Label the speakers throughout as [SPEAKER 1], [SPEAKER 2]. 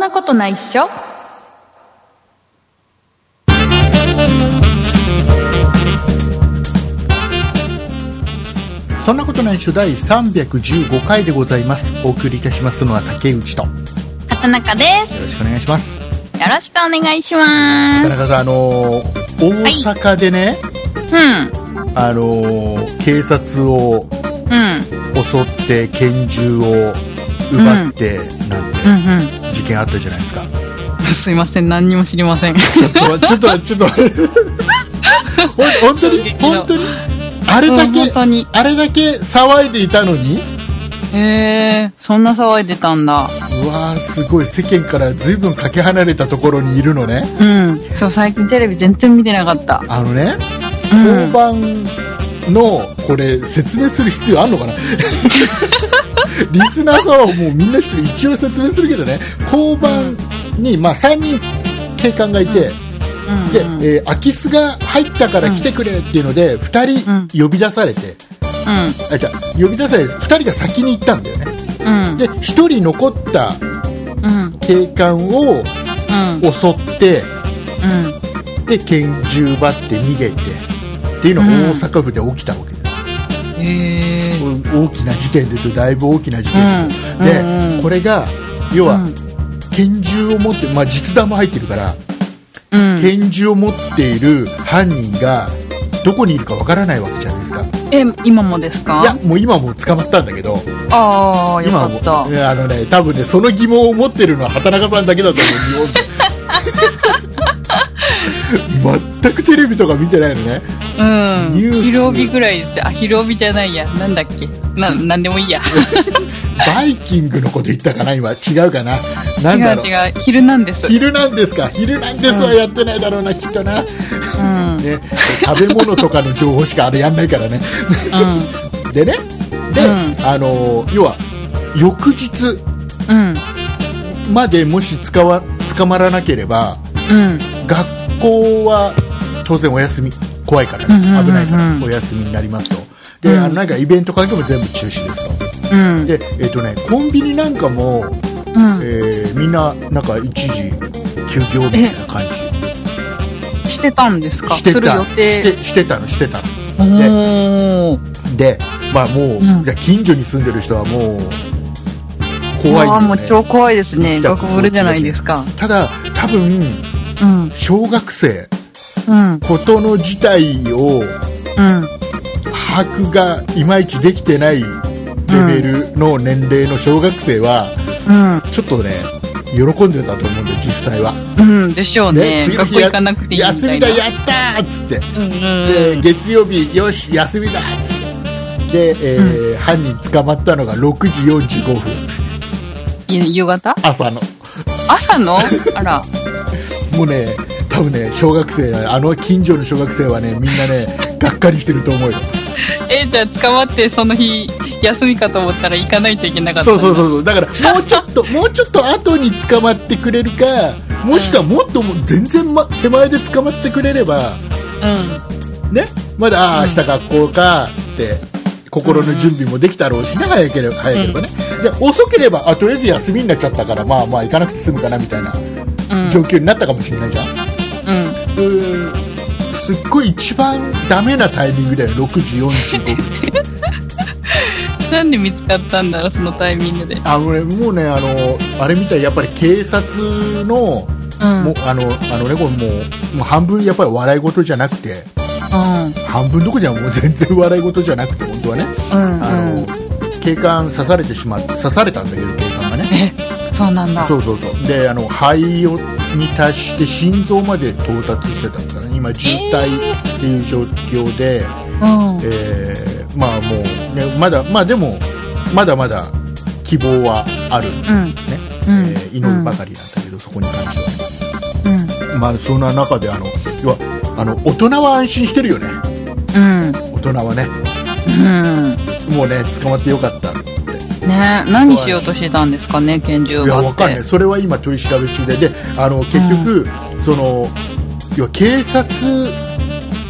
[SPEAKER 1] なことないっしょ
[SPEAKER 2] そんなことないっしょ第315回でございます。お送りいたしますのは竹内と。よ
[SPEAKER 1] 畑中で
[SPEAKER 2] ろしくお願いします。
[SPEAKER 1] すよろしくお願いしま
[SPEAKER 2] 田中さん、あのー大阪でね、
[SPEAKER 1] すうん
[SPEAKER 2] あのー警察を
[SPEAKER 1] うん
[SPEAKER 2] 襲って拳銃を奪って、なんて
[SPEAKER 1] うん
[SPEAKER 2] 事件あったじゃないですか。
[SPEAKER 1] うん すいません何にも知りません
[SPEAKER 2] ちょっと、ちょっと、ちょっと、ほん本当
[SPEAKER 1] 衝
[SPEAKER 2] に
[SPEAKER 1] 撃の
[SPEAKER 2] 本当にあれだ
[SPEAKER 1] うん
[SPEAKER 2] け
[SPEAKER 1] 本、当に
[SPEAKER 2] あれだけ騒いでいたのに
[SPEAKER 1] へえそんな騒いでたんだ
[SPEAKER 2] うわーすごい世間から随分かけ離れたところにいるのね
[SPEAKER 1] うんそう最近テレビ全然見てなかった
[SPEAKER 2] あのね
[SPEAKER 1] う
[SPEAKER 2] 交
[SPEAKER 1] ん
[SPEAKER 2] 番のこれ説明する必要あんのかな リスナーさんはもうみんな知ってる一応説明するけどね交番に、まあ、3人警官がいて、で、
[SPEAKER 1] うんうん
[SPEAKER 2] えー空き巣が入ったから来てくれっていうので、2人呼び出されて、あじゃあ呼び出されて2人が先に行ったんだよね
[SPEAKER 1] うん
[SPEAKER 2] で1人残った
[SPEAKER 1] うん
[SPEAKER 2] 警官を
[SPEAKER 1] うん
[SPEAKER 2] 襲って
[SPEAKER 1] うん
[SPEAKER 2] で拳銃奪って逃げてっていうのが大阪府で起きたわけです、
[SPEAKER 1] へえ
[SPEAKER 2] 大きな事件ですよだいぶ大きな事件ですよ、
[SPEAKER 1] うん
[SPEAKER 2] で、
[SPEAKER 1] うんうん
[SPEAKER 2] これが要
[SPEAKER 1] う
[SPEAKER 2] は、
[SPEAKER 1] ん
[SPEAKER 2] 拳銃を持って、まあ、実弾も入ってるから、
[SPEAKER 1] うん
[SPEAKER 2] 拳銃を持っている犯人がどこにいるかわからないわけじゃないですか
[SPEAKER 1] え今もです
[SPEAKER 2] いや
[SPEAKER 1] か
[SPEAKER 2] もう今もう捕まったんだけど
[SPEAKER 1] ああよ
[SPEAKER 2] 今
[SPEAKER 1] か
[SPEAKER 2] は
[SPEAKER 1] っ
[SPEAKER 2] も
[SPEAKER 1] た
[SPEAKER 2] うねあのね多分ねその疑問を持ってるのは畑中さんだけだと思う 日本で全くテレビとか見てないのね
[SPEAKER 1] うん
[SPEAKER 2] ニュース
[SPEAKER 1] 広帯ぐらいであ広帯じゃないやなんだっけななんでもいいや
[SPEAKER 2] バイキングのこと言ったかな今違うかななんだろう
[SPEAKER 1] 違う違う昼なんですう
[SPEAKER 2] 昼なんですか昼なんですはやってないだろうな、きっと
[SPEAKER 1] ん
[SPEAKER 2] な、ね、
[SPEAKER 1] うん
[SPEAKER 2] 食べ物とかの情報しかあれやんないからねでねで、
[SPEAKER 1] うん
[SPEAKER 2] あのー要は翌日
[SPEAKER 1] うん
[SPEAKER 2] までもし捕わ捕まらなければ
[SPEAKER 1] うん
[SPEAKER 2] 学校は当然お休み怖いからね、
[SPEAKER 1] うんうんうんうん
[SPEAKER 2] 危ないからお休みになりますとで、
[SPEAKER 1] うん
[SPEAKER 2] あのなんかイベント関係も全部中止ですと
[SPEAKER 1] うん
[SPEAKER 2] でえっ、とねコンビニなんかも、
[SPEAKER 1] うん
[SPEAKER 2] えーみんななんか一時休業みたいな感じ
[SPEAKER 1] してたんですか
[SPEAKER 2] して
[SPEAKER 1] する
[SPEAKER 2] た
[SPEAKER 1] 予
[SPEAKER 2] し
[SPEAKER 1] 定
[SPEAKER 2] てしてたのしてたの
[SPEAKER 1] おお
[SPEAKER 2] でまあもう、
[SPEAKER 1] うん
[SPEAKER 2] いや近所に住んでる人はもう怖い
[SPEAKER 1] わあも
[SPEAKER 2] よ
[SPEAKER 1] う
[SPEAKER 2] ね
[SPEAKER 1] 超怖いですね
[SPEAKER 2] 来た
[SPEAKER 1] 学ぶるじゃないですか
[SPEAKER 2] ただ多分
[SPEAKER 1] うん
[SPEAKER 2] 小学生
[SPEAKER 1] うん
[SPEAKER 2] ことの事態を
[SPEAKER 1] うん
[SPEAKER 2] 把握がいまいちできてないレベルの年齢の小学生は、
[SPEAKER 1] うん
[SPEAKER 2] ちょっとね喜んでたと思うんで実際は、
[SPEAKER 1] うんでしょうね
[SPEAKER 2] 次の
[SPEAKER 1] 学
[SPEAKER 2] 日
[SPEAKER 1] 校
[SPEAKER 2] や
[SPEAKER 1] 行かなくていいみたいな
[SPEAKER 2] 休みだやったーっつって
[SPEAKER 1] うん
[SPEAKER 2] で、
[SPEAKER 1] うん
[SPEAKER 2] 月曜日よし休みだっつってで、えー犯人捕まったのが6時45分
[SPEAKER 1] い夕方
[SPEAKER 2] 朝の
[SPEAKER 1] 朝 のあら
[SPEAKER 2] もうね多分ね小学生あの近所の小学生はねみんなね がっかりしてると思うよ
[SPEAKER 1] えじゃあ捕まってその日休みかと思ったら行かないといけなかった
[SPEAKER 2] そ
[SPEAKER 1] ん
[SPEAKER 2] う
[SPEAKER 1] だ
[SPEAKER 2] そうそうそうだからもうちょっともうちょっと後に捕まってくれるかもしくはもっともう全然、ま、手前で捕まってくれれば
[SPEAKER 1] う
[SPEAKER 2] ねまだああ
[SPEAKER 1] うん
[SPEAKER 2] 明日学校かって心の準備もできたろうしね、早ければ早ければね、で遅ければあとりあえず休みになっちゃったからまあまあ行かなくて済むかなみたいなん
[SPEAKER 1] うん
[SPEAKER 2] 状況になったかもしれないじゃん、
[SPEAKER 1] うん
[SPEAKER 2] うんすっごい一番ダメなタイミングだよ6時45分
[SPEAKER 1] なんで見つかったんだろうそのタイミングで、
[SPEAKER 2] あのねもうねあのあれみたいやっぱり警察の、
[SPEAKER 1] うん
[SPEAKER 2] もうあのあのねこれもうもう半分やっぱり笑い事じゃなくて
[SPEAKER 1] うん
[SPEAKER 2] 半分どこじゃもう全然笑い事じゃなくて本当はね、
[SPEAKER 1] うん
[SPEAKER 2] あの
[SPEAKER 1] うん
[SPEAKER 2] 警官刺されてしまっ刺されたんだけど警官がね
[SPEAKER 1] えそうなんだ
[SPEAKER 2] そうそうそうであの肺をに達して心臓まで到達してたんだね今渋滞っていう状況で、
[SPEAKER 1] うん
[SPEAKER 2] えーまあもう、ね、まだまあでもまだまだ希望はある、ね
[SPEAKER 1] うんうん
[SPEAKER 2] えー祈るばかりなんだけど、そこに関しては、
[SPEAKER 1] うん
[SPEAKER 2] ね、まあそんな中であの要はあの大人は安心してるよね
[SPEAKER 1] うん
[SPEAKER 2] 大人はね
[SPEAKER 1] うん
[SPEAKER 2] もうね捕まってよかったって
[SPEAKER 1] ね何しようとしてたんですかね拳銃
[SPEAKER 2] いや
[SPEAKER 1] 奪
[SPEAKER 2] わ
[SPEAKER 1] って
[SPEAKER 2] かんないそれは今取り調べ中でであの結局、その要は警察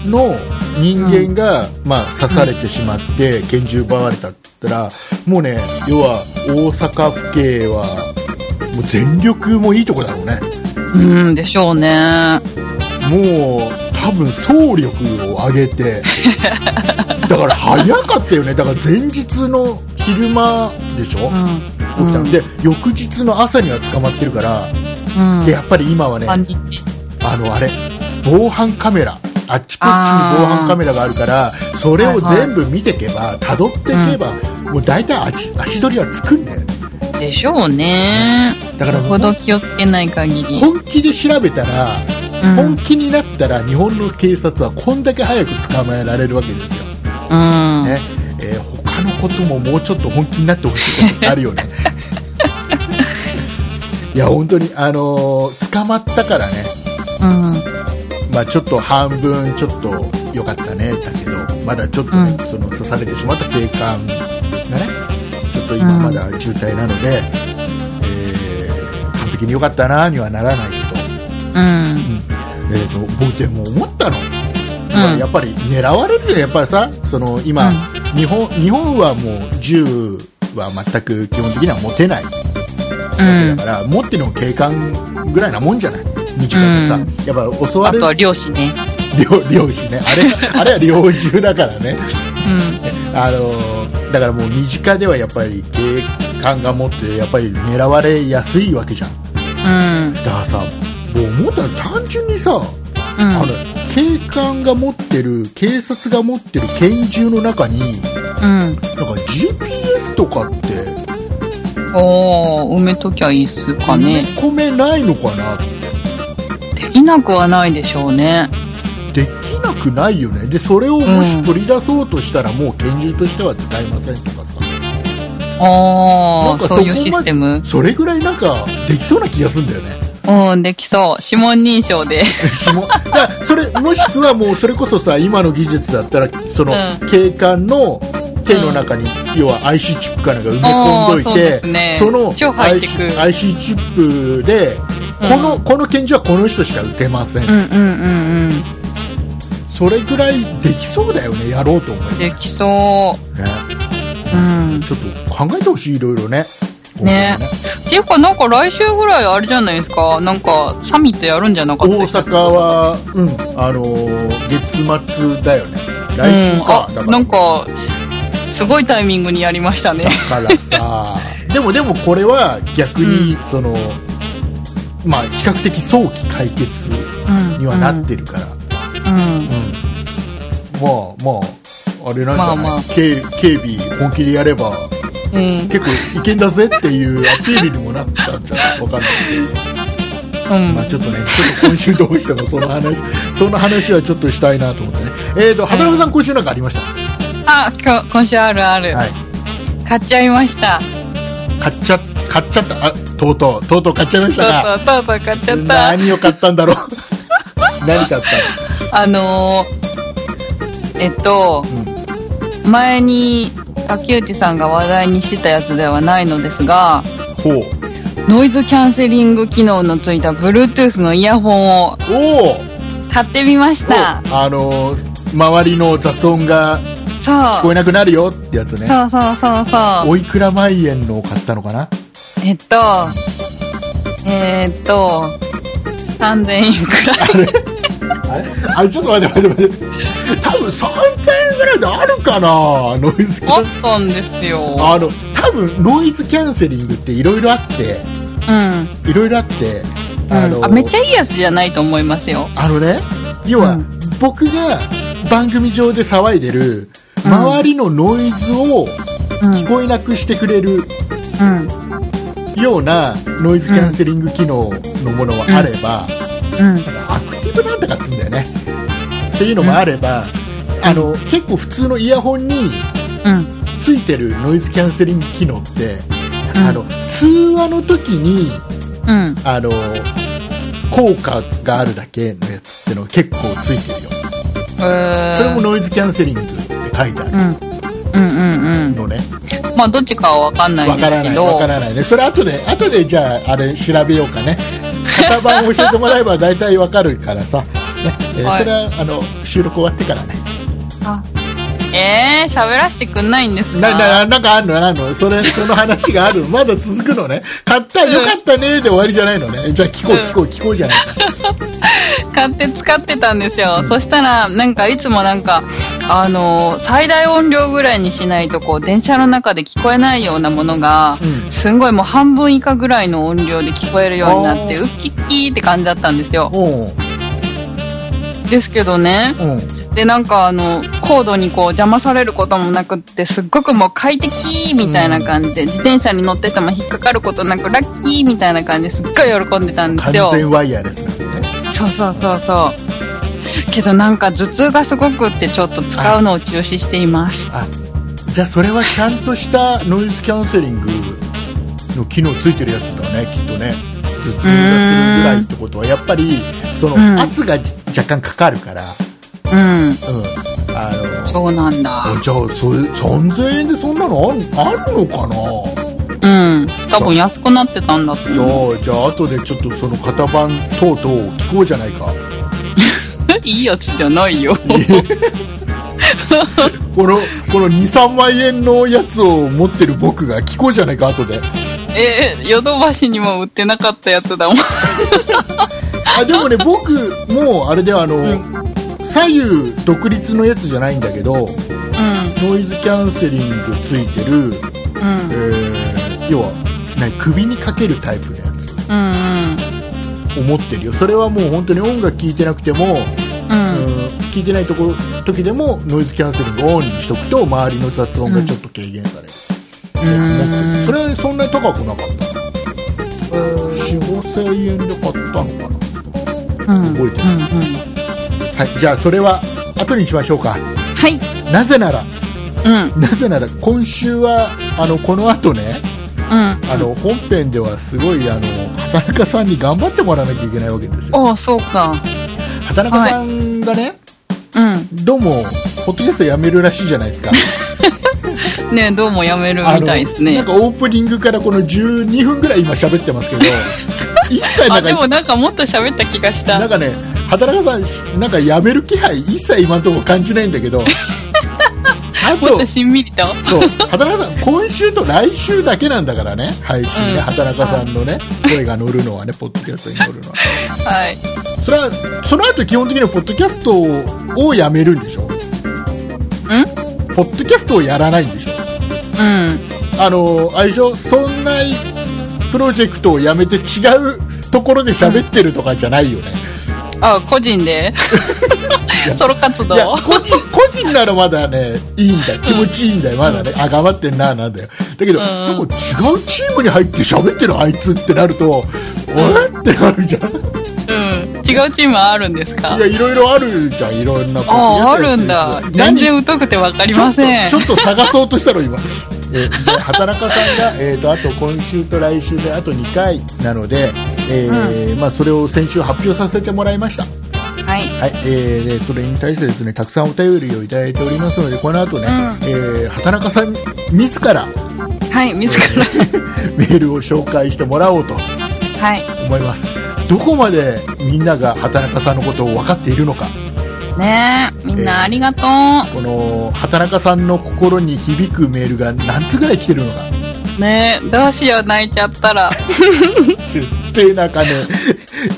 [SPEAKER 2] の人間が、まあ、刺されてしまって拳銃奪われたったらもうね要は大阪府警はもう全力もいいとこだろうね
[SPEAKER 1] うんでしょうね。
[SPEAKER 2] もう多分総力を上 げてだから早かったよねだから前日の昼間でしょ、
[SPEAKER 1] う
[SPEAKER 2] 起
[SPEAKER 1] ん。
[SPEAKER 2] きたの
[SPEAKER 1] で、
[SPEAKER 2] で翌日の朝には捕まってるから、
[SPEAKER 1] うん。
[SPEAKER 2] でやっぱり今はね
[SPEAKER 1] 半日。
[SPEAKER 2] あのあれ防犯カメラあっちこっちに防犯カメラがあるからそれを全部見てけばたどってけば、もう大体足足取りはつくんだよね
[SPEAKER 1] でしょうね。
[SPEAKER 2] だから
[SPEAKER 1] よほど気をつけない限り。
[SPEAKER 2] 本気で調べたら、
[SPEAKER 1] うん
[SPEAKER 2] 本気になったら日本の警察はこんだけ早く捕まえられるわけですよ、
[SPEAKER 1] うん。
[SPEAKER 2] ねえー他のことももうちょっと本気になってほしいことってあるよねいや本当にあのー捕まったからね
[SPEAKER 1] うん。
[SPEAKER 2] まあ、ちょっと半分ちょっと良かったねだけどまだちょっと、ねその刺されてしまった警官がねちょっと今まだ渋滞なので、えー完璧に良かったなにはならないけど、
[SPEAKER 1] うん。
[SPEAKER 2] えー、と僕でも思ったの、まあやっぱり狙われるよやっぱりさその今、
[SPEAKER 1] うん
[SPEAKER 2] 日本日本はもう銃は全く基本的には持てない
[SPEAKER 1] う
[SPEAKER 2] だ
[SPEAKER 1] ん。
[SPEAKER 2] から、持ってるの警官ぐらいなもんじゃない日常
[SPEAKER 1] う
[SPEAKER 2] でさ、やっぱ襲わ
[SPEAKER 1] あと
[SPEAKER 2] れる
[SPEAKER 1] は漁師ね。
[SPEAKER 2] 猟猟師ね あれあれは猟銃だからね、
[SPEAKER 1] うん。
[SPEAKER 2] あのーだからもう身近ではやっぱり警官が持ってやっぱり狙われやすいわけじゃん
[SPEAKER 1] うん。
[SPEAKER 2] だからさもう思ったら単純にさ、
[SPEAKER 1] うん。
[SPEAKER 2] あの警官が持ってる警察が持ってる拳銃の中に
[SPEAKER 1] うん。
[SPEAKER 2] なんか GPS とかって
[SPEAKER 1] おー、埋めときゃいいっすかね。
[SPEAKER 2] 込めないのかなって
[SPEAKER 1] できなくはないでしょうね。
[SPEAKER 2] できなくないよねでそれをもし取り出そうとしたらもう拳銃としては使えませんとかさな
[SPEAKER 1] あ
[SPEAKER 2] ん
[SPEAKER 1] ー、
[SPEAKER 2] か
[SPEAKER 1] そういう
[SPEAKER 2] そこまで
[SPEAKER 1] システム。
[SPEAKER 2] それぐらいなんかできそうな気がするんだよね
[SPEAKER 1] うん、できそう。指紋認証で。
[SPEAKER 2] 指紋 だからそれもしくはもうそれこそさ今の技術だったらその
[SPEAKER 1] う
[SPEAKER 2] 警官の手の中に、要は IC チップかなんか埋め込んどい
[SPEAKER 1] あーそうです
[SPEAKER 2] て、
[SPEAKER 1] ね
[SPEAKER 2] の
[SPEAKER 1] 超ハイテク
[SPEAKER 2] IC, IC チップでこの,、
[SPEAKER 1] うん
[SPEAKER 2] この拳銃はこの人しか撃てません、
[SPEAKER 1] うんうんうん
[SPEAKER 2] それぐらいできそうだよねやろうと思
[SPEAKER 1] う
[SPEAKER 2] え
[SPEAKER 1] ん。
[SPEAKER 2] ばね
[SPEAKER 1] できそう。うん。っ
[SPEAKER 2] ちょっと考えてほしいいろいろね
[SPEAKER 1] ねていうか、なんか来週ぐらいあれじゃないですか。なんか、サミットやるんじゃなか
[SPEAKER 2] 大
[SPEAKER 1] ったっけ
[SPEAKER 2] 阪は、うんあのー月末だよね来週か、
[SPEAKER 1] うん、
[SPEAKER 2] だ
[SPEAKER 1] あ
[SPEAKER 2] から
[SPEAKER 1] なんかすごいタイミングにやりましたね
[SPEAKER 2] だからさ でもでもこれは逆に、そのまあ比較的早期解決にはなってるから、うん
[SPEAKER 1] うん
[SPEAKER 2] まあまああれなんじゃない、
[SPEAKER 1] まあまあ
[SPEAKER 2] 警警備本気でやれば
[SPEAKER 1] うん、うん
[SPEAKER 2] 結構いけんだぜっていうアピールにもなったんじゃないわかんないけど、まあ、ちょっとねちょっと今週どうしてもその話 その話はちょっとしたいなと思ってねえっ、ー、と畑中さん今週なんかありました、
[SPEAKER 1] あ今日今週あるある、
[SPEAKER 2] はい
[SPEAKER 1] 買っちゃいました
[SPEAKER 2] 買っちゃ買っちゃったあとうとうとうとう買っちゃいまし
[SPEAKER 1] そ
[SPEAKER 2] た
[SPEAKER 1] う
[SPEAKER 2] か
[SPEAKER 1] そうそうそう買っちゃった
[SPEAKER 2] 何を買ったんだろう 何買っ
[SPEAKER 1] あのー、えっと
[SPEAKER 2] たの、
[SPEAKER 1] 前に竹内さんが話題にしてたやつではないのですが
[SPEAKER 2] うん、ほう
[SPEAKER 1] ノイズキャンセリング機能のついた Bluetooth のイヤホンを
[SPEAKER 2] おお
[SPEAKER 1] 買ってみました
[SPEAKER 2] あのー周りの雑音が聞
[SPEAKER 1] そ
[SPEAKER 2] こ
[SPEAKER 1] う
[SPEAKER 2] えなくなるよってやつね
[SPEAKER 1] そうそうそうそう
[SPEAKER 2] おいくら万円のを買ったのかな
[SPEAKER 1] えっと、えーっと、3000円くら い。
[SPEAKER 2] あれあれちょっと待って待って待って多分3000円ぐらいであるかなノイズキ
[SPEAKER 1] あ
[SPEAKER 2] ャン
[SPEAKER 1] ったんですよ。
[SPEAKER 2] あの多分ノイズキャンセリングっていろいろあって
[SPEAKER 1] うん。
[SPEAKER 2] いろいろあってあ
[SPEAKER 1] あ
[SPEAKER 2] のー、
[SPEAKER 1] あめっちゃいいやつじゃないと思いますよ。
[SPEAKER 2] あのね、要は、
[SPEAKER 1] うん
[SPEAKER 2] 僕が番組上で騒いでる、
[SPEAKER 1] うん
[SPEAKER 2] 周りのノイズを
[SPEAKER 1] うん。
[SPEAKER 2] 聞こえなくしてくれる
[SPEAKER 1] うん。
[SPEAKER 2] ようなノイズキャンセリング機能のものはあれば、
[SPEAKER 1] うん。
[SPEAKER 2] アクティブなんだかっつうんだよね。っていうのもあれば、あの、結構普通のイヤホンに
[SPEAKER 1] うん。
[SPEAKER 2] ついてるノイズキャンセリング機能って、
[SPEAKER 1] うん
[SPEAKER 2] あの、通話の時に、
[SPEAKER 1] うん。
[SPEAKER 2] あの、効果があるだけのやつってのが結構ついてるよ。
[SPEAKER 1] えー
[SPEAKER 2] それもノイズキャンセリングって書いてあ
[SPEAKER 1] う
[SPEAKER 2] る
[SPEAKER 1] ん。うんうん
[SPEAKER 2] のね、
[SPEAKER 1] うん。まあ、どっちかはわかんない
[SPEAKER 2] わ
[SPEAKER 1] んで
[SPEAKER 2] か
[SPEAKER 1] す
[SPEAKER 2] らな
[SPEAKER 1] け
[SPEAKER 2] い、
[SPEAKER 1] ど。
[SPEAKER 2] わからないね、それ後で、後でじゃあ、あれ、調べようかね、型番を教えてもらえば大体わかるからさ、ねえー
[SPEAKER 1] はい
[SPEAKER 2] それはあの収録終わってからね、
[SPEAKER 1] あえー、喋らせてくんないんですか
[SPEAKER 2] な、な、なんかあんのあんのそれ、その話があるのまだ続くのね。買った、よかったねで終わりじゃないのね。じゃあ聞こう、
[SPEAKER 1] うん
[SPEAKER 2] 聞こう、聞こうじゃないか。
[SPEAKER 1] 買って使ってたんですよ、そしたらなんかいつもなんかあのー最大音量ぐらいにしないとこう電車の中で聞こえないようなものが、
[SPEAKER 2] うん
[SPEAKER 1] すんごいもう半分以下ぐらいの音量で聞こえるようになって
[SPEAKER 2] あー
[SPEAKER 1] ウッキッキーって感じだったんですよ
[SPEAKER 2] おう
[SPEAKER 1] ですけどね
[SPEAKER 2] うん。
[SPEAKER 1] でなんかあの高度にこう邪魔されることもなくってすっごくもう快適みたいな感じで、自転車に乗ってても引っかかることなくラッキーみたいな感じですっごい喜んでたんですよ
[SPEAKER 2] 完全ワイヤレスなんでね。
[SPEAKER 1] そうそうそうそう。けどなんか頭痛がすごくってちょっと使うのを中止しています。
[SPEAKER 2] あ、じゃあそれはちゃんとしたノイズキャンセリングの機能ついてるやつだね、きっとね。頭痛がするぐらいってことは、やっぱり、その
[SPEAKER 1] うん
[SPEAKER 2] 圧が若干かかるから、
[SPEAKER 1] うん。
[SPEAKER 2] うん。あの、
[SPEAKER 1] そうなんだ。
[SPEAKER 2] じゃあそれ3000円でそんなのあんあるのかな、
[SPEAKER 1] うん。多分安くなってたんだと思う。
[SPEAKER 2] じゃあじゃあ後でちょっとその型番等々を聞こうじゃないか
[SPEAKER 1] いいやつじゃないよ。
[SPEAKER 2] このこの23万円のやつを持ってる僕が聞こうじゃないか後で
[SPEAKER 1] え、ヨドバシにも売ってなかったやつだもん。
[SPEAKER 2] あでもね僕もあれであの、
[SPEAKER 1] うん。
[SPEAKER 2] 左右独立のやつじゃないんだけどノイズキャンセリングついてる、
[SPEAKER 1] うん。うん
[SPEAKER 2] え。ー要は何首にかけるタイプのやつ
[SPEAKER 1] うん。
[SPEAKER 2] を持ってるよそれはもう本当に音楽聴いてなくても
[SPEAKER 1] うん。うん。
[SPEAKER 2] うん聞いてないところ時でもノイズキャンセリングをオンにしとくと周りの雑音がちょっと軽減される、
[SPEAKER 1] うん
[SPEAKER 2] それそんなに高くなかった45000円で買ったのかな
[SPEAKER 1] うん。
[SPEAKER 2] 覚えて
[SPEAKER 1] うん。
[SPEAKER 2] るはいじゃあそれは後にしましょうか
[SPEAKER 1] はい。
[SPEAKER 2] なぜなら
[SPEAKER 1] うん。
[SPEAKER 2] なぜなら今週はあのこの後ね
[SPEAKER 1] うん。
[SPEAKER 2] あの本編ではすごいあの畑中さんに頑張ってもらわなきゃいけないわけですよ
[SPEAKER 1] ああ、そうか。
[SPEAKER 2] 畑中さんがね、
[SPEAKER 1] う
[SPEAKER 2] どうもポッドキャストやめるらしいじゃな いですか
[SPEAKER 1] ん。ねどうもやめる
[SPEAKER 2] あ
[SPEAKER 1] み
[SPEAKER 2] の
[SPEAKER 1] たいです
[SPEAKER 2] な
[SPEAKER 1] ね
[SPEAKER 2] ん。かオープニングからこの12分ぐらい今喋っ てますけど一切な
[SPEAKER 1] あ、
[SPEAKER 2] んか
[SPEAKER 1] でもなんかもっと喋った気がした。
[SPEAKER 2] なんかね畑中さんなんかやめる気配一切今のところ感じないん だけどあ
[SPEAKER 1] もっ
[SPEAKER 2] と
[SPEAKER 1] としんみりと。
[SPEAKER 2] そう畑中さん今週と来週だけなんだからね配信ね、
[SPEAKER 1] うん
[SPEAKER 2] 畑中さんのね声が乗るのはねポッドキャストに乗るのは
[SPEAKER 1] はい。
[SPEAKER 2] それはその後基本的にはポッドキャストをやめるんでしょ
[SPEAKER 1] ん
[SPEAKER 2] ポッドキャストをやらないんでしょ
[SPEAKER 1] うん。
[SPEAKER 2] あのあれでしょそんなプロジェクトをやめて違うところで喋ってるとかじゃないよね、
[SPEAKER 1] あ、個人で ソロ活動
[SPEAKER 2] いや個人個人ならまだねいいんだよ気持ちいいんだよ、まだねあ頑張ってんななんだよだけど、
[SPEAKER 1] うん
[SPEAKER 2] なんか違うチームに入って喋ってるあいつってなると、えってなるじゃん
[SPEAKER 1] うん。違うチームはあるんですか
[SPEAKER 2] いやいろいろあるじゃんいろんなこと
[SPEAKER 1] ああ、あるんだ。全
[SPEAKER 2] 何
[SPEAKER 1] 然疎くてわかりません。
[SPEAKER 2] ちょっとちょっと探そうとしたの今えーで畑中さんが、えー、とあと今週と来週であと2回なので、えーまあ、それを先週発表させてもらいました、
[SPEAKER 1] はい。
[SPEAKER 2] はいえー、でそれに対してですねたくさんお便りをいただいておりますのでこの後ね、えー畑中さん自ら
[SPEAKER 1] はい、自ら。
[SPEAKER 2] メールを紹介してもらおうと
[SPEAKER 1] はい。
[SPEAKER 2] 思いますどこまでみんなが畑中さんのことを分かっているのか
[SPEAKER 1] ねえ、みん
[SPEAKER 2] えー
[SPEAKER 1] なありがとう。
[SPEAKER 2] この畑中さんの心に響くメールが何つぐらい来てるのか
[SPEAKER 1] ねえ、どうしよう、泣いちゃったら。
[SPEAKER 2] 絶対なかね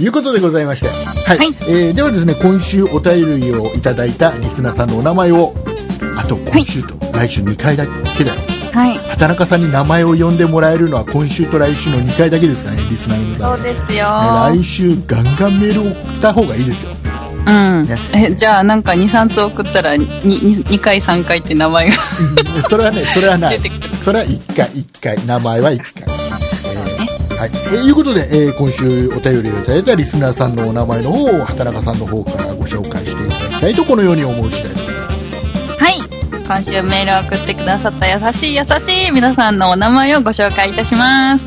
[SPEAKER 2] いうことでございまして、はい
[SPEAKER 1] はい
[SPEAKER 2] えーではですね今週お便りをいただいたリスナーさんのお名前をあと今週と来週2回だけだよ
[SPEAKER 1] はい。
[SPEAKER 2] 畑中さんに名前を呼んでもらえるのは今週と来週の2回だけですかねリスナーの皆さ
[SPEAKER 1] そ
[SPEAKER 2] ん
[SPEAKER 1] う
[SPEAKER 2] ね
[SPEAKER 1] ですよ。
[SPEAKER 2] 来週ガンガンメールを送った方がいいですよ
[SPEAKER 1] うん
[SPEAKER 2] ね。
[SPEAKER 1] え、じゃあなんか2、3つ送ったら、2回、3回って名前が
[SPEAKER 2] うんそれはね、それはない
[SPEAKER 1] 出てくる。
[SPEAKER 2] それは1回、1回。名前は1回。えーはい。と、いうことで、えー今週お便りをいただいたリスナーさんのお名前の方を、畑中さんの方からご紹介していただきたいと、このように思う次第です。
[SPEAKER 1] はい。今週メールを送ってくださった優しい優しい皆さんのお名前をご紹介いたします。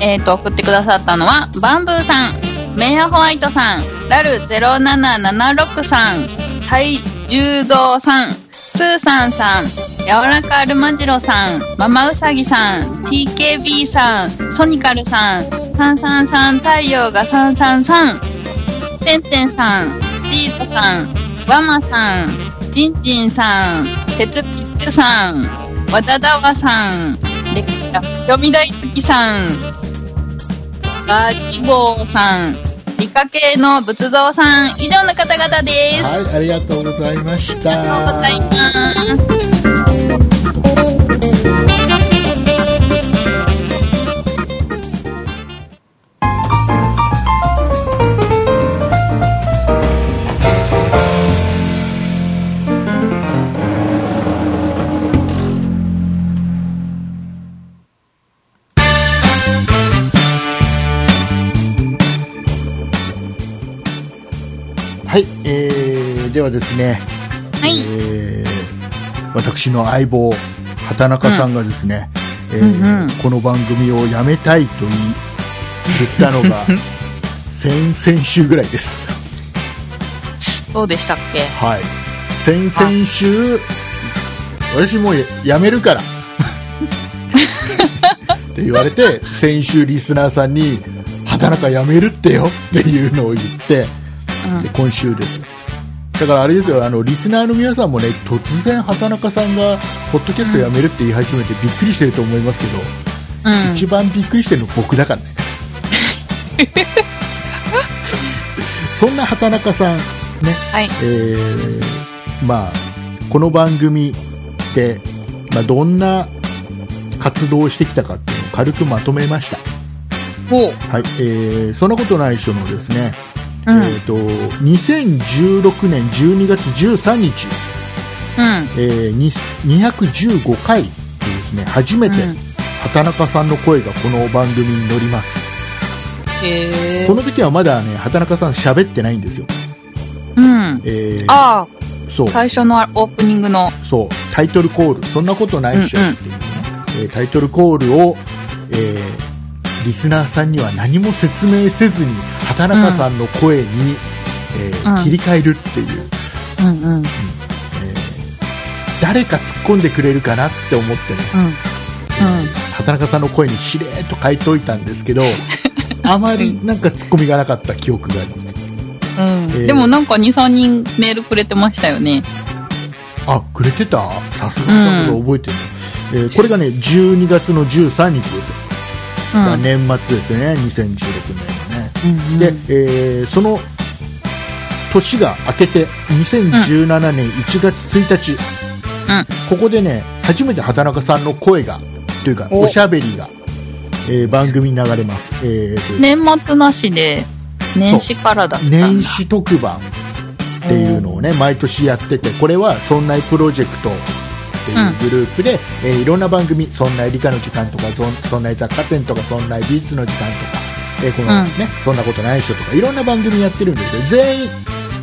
[SPEAKER 1] えっ、と、送ってくださったのは、バンブーさん、メイヤホワイトさん、ラル0776さん、サイジュウゾウさん、スーさんさん、柔らかアルマジロさん、ママウサギさん、TKB さん、ソニカルさん、サンサンさん、太陽がサンサンさん、てんてんさん、シートさん、ワマさん、ジンジンさん、鉄ピッツさん、和田だわさん、で、読み大好きさん、バーチゴーさん、理科系の仏像さん、以上の方々です。
[SPEAKER 2] はい、ありがとうございました。
[SPEAKER 1] ありがとうございます。
[SPEAKER 2] はい、えー、ではですね、
[SPEAKER 1] はい
[SPEAKER 2] えー私の相棒、畑中さんがですね、えー
[SPEAKER 1] うんうん
[SPEAKER 2] この番組をやめたいと言い言ったの が、先々週ぐらいです。
[SPEAKER 1] そうでしたっけ
[SPEAKER 2] はい。先々週、私もうややめるから。って言われて、先週リスナーさんに、畑中やめるってよっていうのを言って、
[SPEAKER 1] うん
[SPEAKER 2] で今週です。だからあれですよ、あの、リスナーの皆さんもね、突然畑中さんが、ポッドキャストやめるって言い始めてびっくりしてると思いますけど、
[SPEAKER 1] うん。
[SPEAKER 2] 一番びっくりしてるの僕 だからね。そんな畑中さん、ね、
[SPEAKER 1] はい。
[SPEAKER 2] えーまあ、この番組で、まあ、どんな活動をしてきたかっていうのを軽くまとめました、
[SPEAKER 1] ほう。
[SPEAKER 2] はいえーそんなことない人のですね、
[SPEAKER 1] うん。う
[SPEAKER 2] え
[SPEAKER 1] ん。
[SPEAKER 2] ー、と2016年12月13日、えーに215回でです、ね、初めて
[SPEAKER 1] うん
[SPEAKER 2] 畑中さんの声がこの番組に乗ります、
[SPEAKER 1] へえ
[SPEAKER 2] こ。の時はまだ、ね、畑中さん喋ってないんですよ、
[SPEAKER 1] うん。
[SPEAKER 2] えー
[SPEAKER 1] ああ、
[SPEAKER 2] そう
[SPEAKER 1] 最初のオープニングの。
[SPEAKER 2] そう、タイトルコール、そんなことないっしょ
[SPEAKER 1] うんうん
[SPEAKER 2] っていうね、えータイトルコールを、えーリスナーさんには何も説明せずに、畑中さんの声に、えー
[SPEAKER 1] うん
[SPEAKER 2] 切り替えるっていう、
[SPEAKER 1] うんうん。うん。
[SPEAKER 2] 誰か突っ込んでくれるかなって思ってね、畑中さんの声にしれーっと変えといたんで すけど、あまりなんか突っ込みがなかった記憶があります。
[SPEAKER 1] うん。う
[SPEAKER 2] えー
[SPEAKER 1] ん。でもなんか2、3人メールくれてましたよね。
[SPEAKER 2] あ、くれてたさすがだけど覚えてる、えーこれがね、12月の13日です。
[SPEAKER 1] うん。
[SPEAKER 2] が年末ですね、2016年のね。
[SPEAKER 1] うんうん
[SPEAKER 2] で、えーその年が明けて2017年1月1日、
[SPEAKER 1] うん
[SPEAKER 2] ここでね初めて畑中さんの声がというか
[SPEAKER 1] お
[SPEAKER 2] おしゃべりが、えー番組に流れます、えーという
[SPEAKER 1] 年末なしで、年始からだったんだ。
[SPEAKER 2] 年始特番っていうのをね毎年やっててこれは「そんないプロジェクト」っていうグループで、えーいろんな番組「そんない理科の時間」とかそん「そんない雑貨店」とか「そんない美術の時間」とか、えーこの
[SPEAKER 1] うん
[SPEAKER 2] ねそんなことないっしょ」とかいろんな番組やってるんですけど全員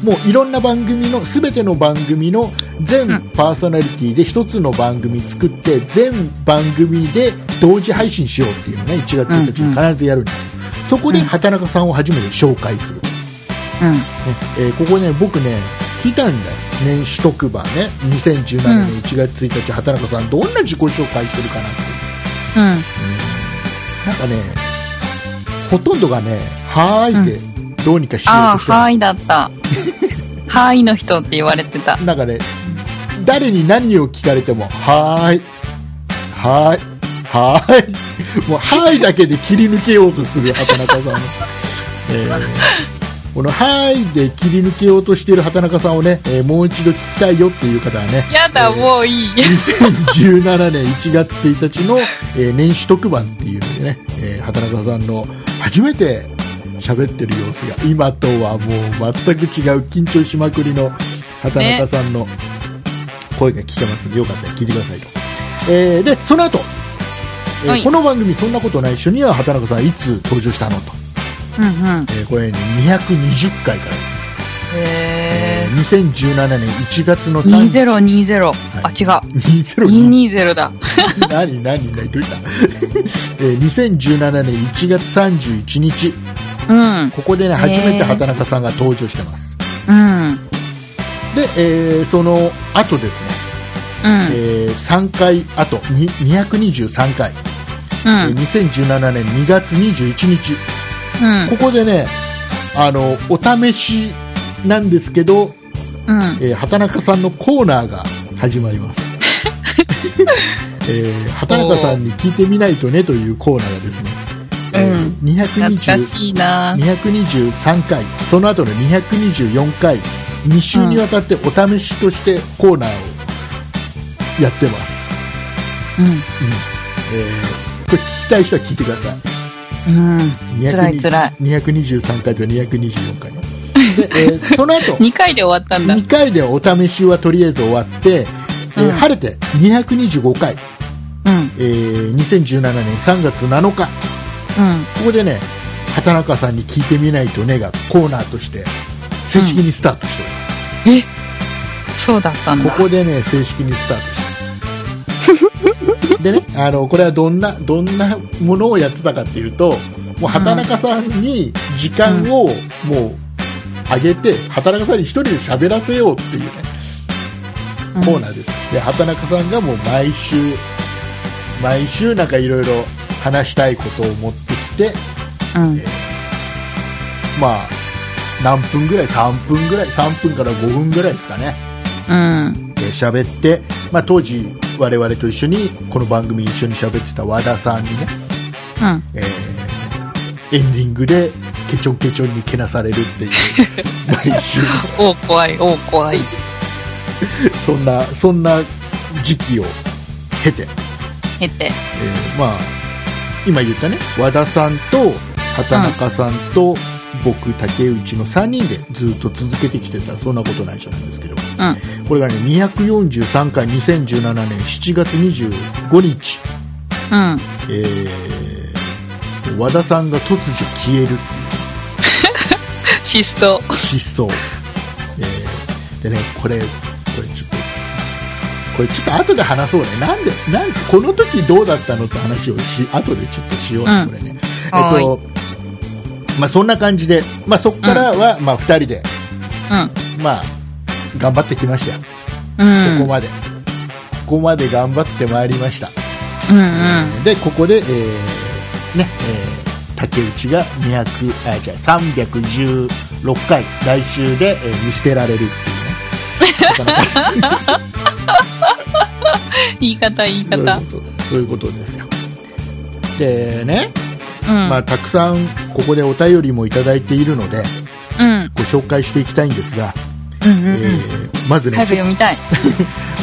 [SPEAKER 2] もういろんな番組の全ての番組の
[SPEAKER 1] う
[SPEAKER 2] 全
[SPEAKER 1] ん
[SPEAKER 2] パーソナリティで一つの番組作って全番組で同時配信しようっていうのね1月1日に必ずやるんですよ、そこで畑中さんを初めて紹介する
[SPEAKER 1] うん。
[SPEAKER 2] ねえーここね僕ね聞いたんだよ年始特番ね2017年1月1日、畑中さんどんな自己紹介してるかなって
[SPEAKER 1] うん。
[SPEAKER 2] なんかねほとんどがね「はーい」でどうにかしよ
[SPEAKER 1] ああ、
[SPEAKER 2] うとしてる
[SPEAKER 1] はーいだった。 はーいの人って言われてた。
[SPEAKER 2] なんかね誰に何を聞かれても「はーい」「はーい」「はーい」 もう「はーい」だけで切り抜けようとする畑中さんの、えーこの「はーい」で切り抜けようとしている畑中さんをね、えーもう一度聞きたいよっていう方はね
[SPEAKER 1] やだ、もういい。
[SPEAKER 2] 2017年1月1日の、えー年始特番っていうのでね、えー畑中さんの初めて喋ってる様子が今とはもう全く違う緊張しまくりの畑中さんの声が聞けますのでよかったら聞いてくださいと、えーでその後、えー
[SPEAKER 1] はい
[SPEAKER 2] この番組「そんなことないっしょ」には畑中さんいつ登場したのと、
[SPEAKER 1] うんうん。
[SPEAKER 2] えーこれ、ね、220回からです、え
[SPEAKER 1] へ
[SPEAKER 2] ー2017年1月の
[SPEAKER 1] ー。
[SPEAKER 2] 3
[SPEAKER 1] 2020。あ、違う。
[SPEAKER 2] 2020
[SPEAKER 1] 220だ。
[SPEAKER 2] 何何何どうした えー2017年1月31日
[SPEAKER 1] うん。
[SPEAKER 2] ここでね
[SPEAKER 1] へー
[SPEAKER 2] 初めて畑中さんが登場してます、
[SPEAKER 1] うん。
[SPEAKER 2] で、えーその後ですね、
[SPEAKER 1] うん。
[SPEAKER 2] えー3回あとに223回、
[SPEAKER 1] う
[SPEAKER 2] えー
[SPEAKER 1] ん。
[SPEAKER 2] 2017年2月21日
[SPEAKER 1] うん
[SPEAKER 2] ここでねあのお試しなんですけど、
[SPEAKER 1] うん。
[SPEAKER 2] えー畑中さんのコーナーが始まりますえー畑中さんに聞いてみないとねというコーナーがですね、えー
[SPEAKER 1] うん懐か
[SPEAKER 2] 220
[SPEAKER 1] しいな
[SPEAKER 2] 223回その後の224回2週にわたってお試しとしてコーナーをやってます、
[SPEAKER 1] う
[SPEAKER 2] うんえーこれ聞きたい人は聞いてください
[SPEAKER 1] ん。うん。
[SPEAKER 2] 220
[SPEAKER 1] 辛い辛い
[SPEAKER 2] 223回とか224回ねで、えー その後
[SPEAKER 1] 2回で終わったんだ。
[SPEAKER 2] 2回でお試しはとりあえず終わって、えー
[SPEAKER 1] うん
[SPEAKER 2] 晴れて225回、
[SPEAKER 1] うん。
[SPEAKER 2] えー2017年3月7日
[SPEAKER 1] うん。
[SPEAKER 2] ここでね畑中さんに聞いてみないとねがコーナーとして正式にスタートしてる、
[SPEAKER 1] えそうだったんだ。
[SPEAKER 2] ここでね正式にスタート してるでねあのこれはどんなどんなものをやってたかっていうともう畑中さんに時間をもうあげて畑中さんに一人で喋らせようっていうね
[SPEAKER 1] うん
[SPEAKER 2] コーナーです、で畑中さんがもう毎週毎週なんかいろいろ話したいことを持ってきて
[SPEAKER 1] うん。
[SPEAKER 2] まあ何分ぐらい3分ぐらい3分から5分ぐらいですかね
[SPEAKER 1] うん。
[SPEAKER 2] で喋って、まあ、当時我々と一緒にこの番組一緒に喋ってた和田さんにね、
[SPEAKER 1] うん。
[SPEAKER 2] えーエンディングでケチョンケチョンにけなされるっていう毎週
[SPEAKER 1] おう怖い、おう怖い。
[SPEAKER 2] そんなそんな時期を経て、
[SPEAKER 1] へって。
[SPEAKER 2] えーまあ今言ったね和田さんと畑中さんと、僕竹内の3人でずっと続けてきてたそんなことないじゃなんですけど
[SPEAKER 1] うん。
[SPEAKER 2] これがね243回2017年7月25日、
[SPEAKER 1] うん。
[SPEAKER 2] えー和田さんが突如消える
[SPEAKER 1] 失踪。
[SPEAKER 2] 失踪、えーでねこれこれちょっとこれちょっと後で話そうねなんでなんでこの時どうだったのって話をし後でちょっとしようね、
[SPEAKER 1] うん
[SPEAKER 2] これね
[SPEAKER 1] はーい
[SPEAKER 2] とまあそんな感じで、まあ、そこからは、まあ、2人で、
[SPEAKER 1] うん。
[SPEAKER 2] まあ、頑張ってきましたよ、
[SPEAKER 1] うん。
[SPEAKER 2] ここまでここまで頑張ってまいりました
[SPEAKER 1] うん
[SPEAKER 2] でここで、えーねえー竹内が200あじゃあ316回来週で、えー見捨てられるっていうね なかなか
[SPEAKER 1] うん。言い方、言い
[SPEAKER 2] そういう
[SPEAKER 1] 方。
[SPEAKER 2] ことそういうことですよでね、
[SPEAKER 1] うん。
[SPEAKER 2] まあ、たくさんここでお便りもいただいているので
[SPEAKER 1] うん。
[SPEAKER 2] ご紹介していきたいんですが、
[SPEAKER 1] うんうん
[SPEAKER 2] え
[SPEAKER 1] うん。
[SPEAKER 2] ーまずね
[SPEAKER 1] 早く読みたい。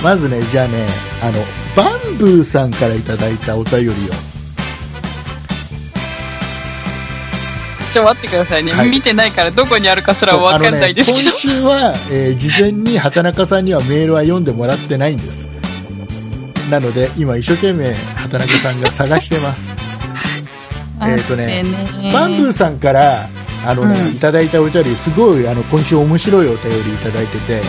[SPEAKER 2] まずねじゃあねあのバンブーさんからいただいたお便りを
[SPEAKER 1] ちょ、待ってくださいね。
[SPEAKER 2] はい
[SPEAKER 1] 見てないからどこにあるかすらわかんないですけ
[SPEAKER 2] あ
[SPEAKER 1] ど
[SPEAKER 2] のね、今。週は、えー事前に畑中さんにはメールは読んでもらってないんですなので今一生懸命畑中さんが探してます
[SPEAKER 1] あ
[SPEAKER 2] えっとね
[SPEAKER 1] ってね
[SPEAKER 2] バンブーさんからあの、ね
[SPEAKER 1] うん
[SPEAKER 2] いただいたお便りすごいあの今週面白いお便りいただいてて、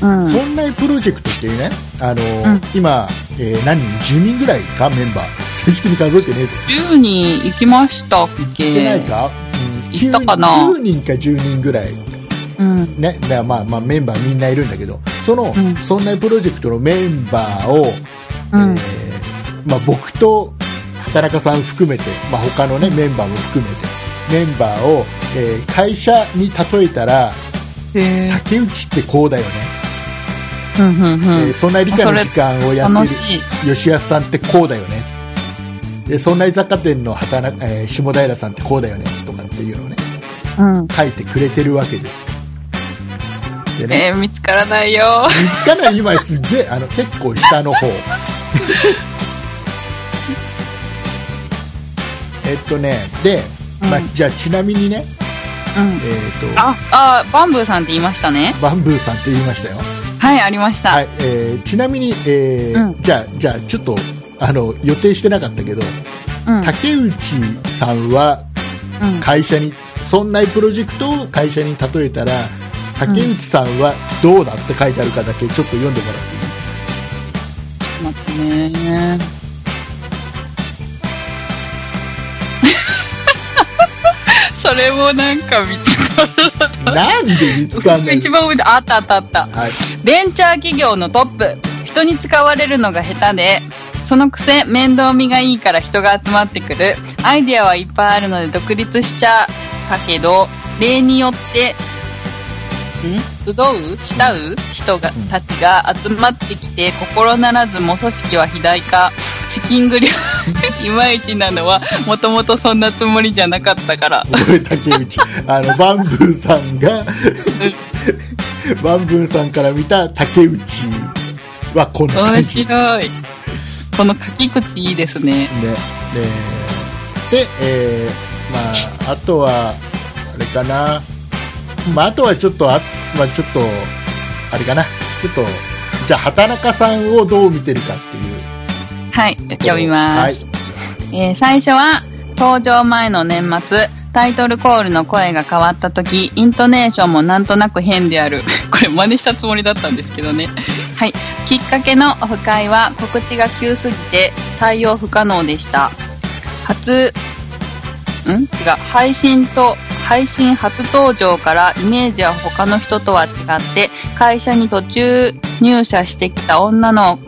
[SPEAKER 1] うん。
[SPEAKER 2] そんなプロジェクトっていうねあの、
[SPEAKER 1] ん
[SPEAKER 2] 今、えー何人10人ぐらいかメンバー正式に数えてねえぞ
[SPEAKER 1] 10人行きましたっけ
[SPEAKER 2] 行ってないか、うん、
[SPEAKER 1] 行ったかな
[SPEAKER 2] 9人か10人ぐらい
[SPEAKER 1] うん。
[SPEAKER 2] ね、だからまあまあメンバーみんないるんだけどその、
[SPEAKER 1] うん
[SPEAKER 2] そんなプロジェクトのメンバーを、
[SPEAKER 1] うん
[SPEAKER 2] えーまあ、僕と畑中さん含めて、まあ、他の、ね、メンバーも含めてメンバーを、えー会社に例えたら
[SPEAKER 1] へー
[SPEAKER 2] 竹内ってこうだよね、
[SPEAKER 1] うんうんう
[SPEAKER 2] え
[SPEAKER 1] ん
[SPEAKER 2] ー。そんな理科の時間をやっ
[SPEAKER 1] 楽
[SPEAKER 2] て
[SPEAKER 1] しい。
[SPEAKER 2] る吉安さんってこうだよねでそんな雑貨店の畑中、えー下平さんってこうだよねとかっていうのをね
[SPEAKER 1] うん。
[SPEAKER 2] 書いてくれてるわけですでね
[SPEAKER 1] えー、見つからないよ。
[SPEAKER 2] 見つかない今すっげえあの結構下の方 えっとねで、ま
[SPEAKER 1] う
[SPEAKER 2] あ
[SPEAKER 1] ん
[SPEAKER 2] じゃあちなみにね
[SPEAKER 1] うん。
[SPEAKER 2] えっ、
[SPEAKER 1] あ、あ、バンブーさんって言いましたね。
[SPEAKER 2] とバンブーさんって言いましたよ、
[SPEAKER 1] はい、ありました。
[SPEAKER 2] はいえーちなみに、えー
[SPEAKER 1] う
[SPEAKER 2] じゃあじゃあちょっとあの予定してなかったけど、
[SPEAKER 1] うん。
[SPEAKER 2] 竹内さんは
[SPEAKER 1] うん
[SPEAKER 2] 会社にそんなプロジェクトを会社に例えたら竹内さんはどうだって書いてあるかだけちょっと読んでもらっていい
[SPEAKER 1] 待ってね。 それもなんか見つ か
[SPEAKER 2] なんで見つからん
[SPEAKER 1] な。
[SPEAKER 2] ないい
[SPEAKER 1] 一番上で、あったあったあった。
[SPEAKER 2] はい
[SPEAKER 1] ベンチャー企業のトップ。人に使われるのが下手で、そのくせ面倒見がいいから人が集まってくる。アイデアはいっぱいあるので独立しちゃったけど、例によって、ん集う慕う人がたちが集まってきて心ならずも組織は肥大化資金繰りは いまいちなのはもともとそんなつもりじゃなかったから
[SPEAKER 2] これ竹内あのバンブーさんがバンブーさんから見た竹内はこんな感
[SPEAKER 1] 面
[SPEAKER 2] じね
[SPEAKER 1] 白いこの書き口いいですね
[SPEAKER 2] ででえーまああとはあれかなまああとはちょっとあ、まあ、ちょっとあれかなちょっとじゃあ畑中さんをどう見てるかっていう
[SPEAKER 1] はい読みます、
[SPEAKER 2] はい
[SPEAKER 1] えー最初は登場前の年末タイトルコールの声が変わった時イントネーションもなんとなく変である これ真似したつもりだったんですけどね はいきっかけのオフ会は告知が急すぎて対応不可能でした初ん違う配信と配信初登場からイメージは他の人とは違って会社に途中入社してきた女の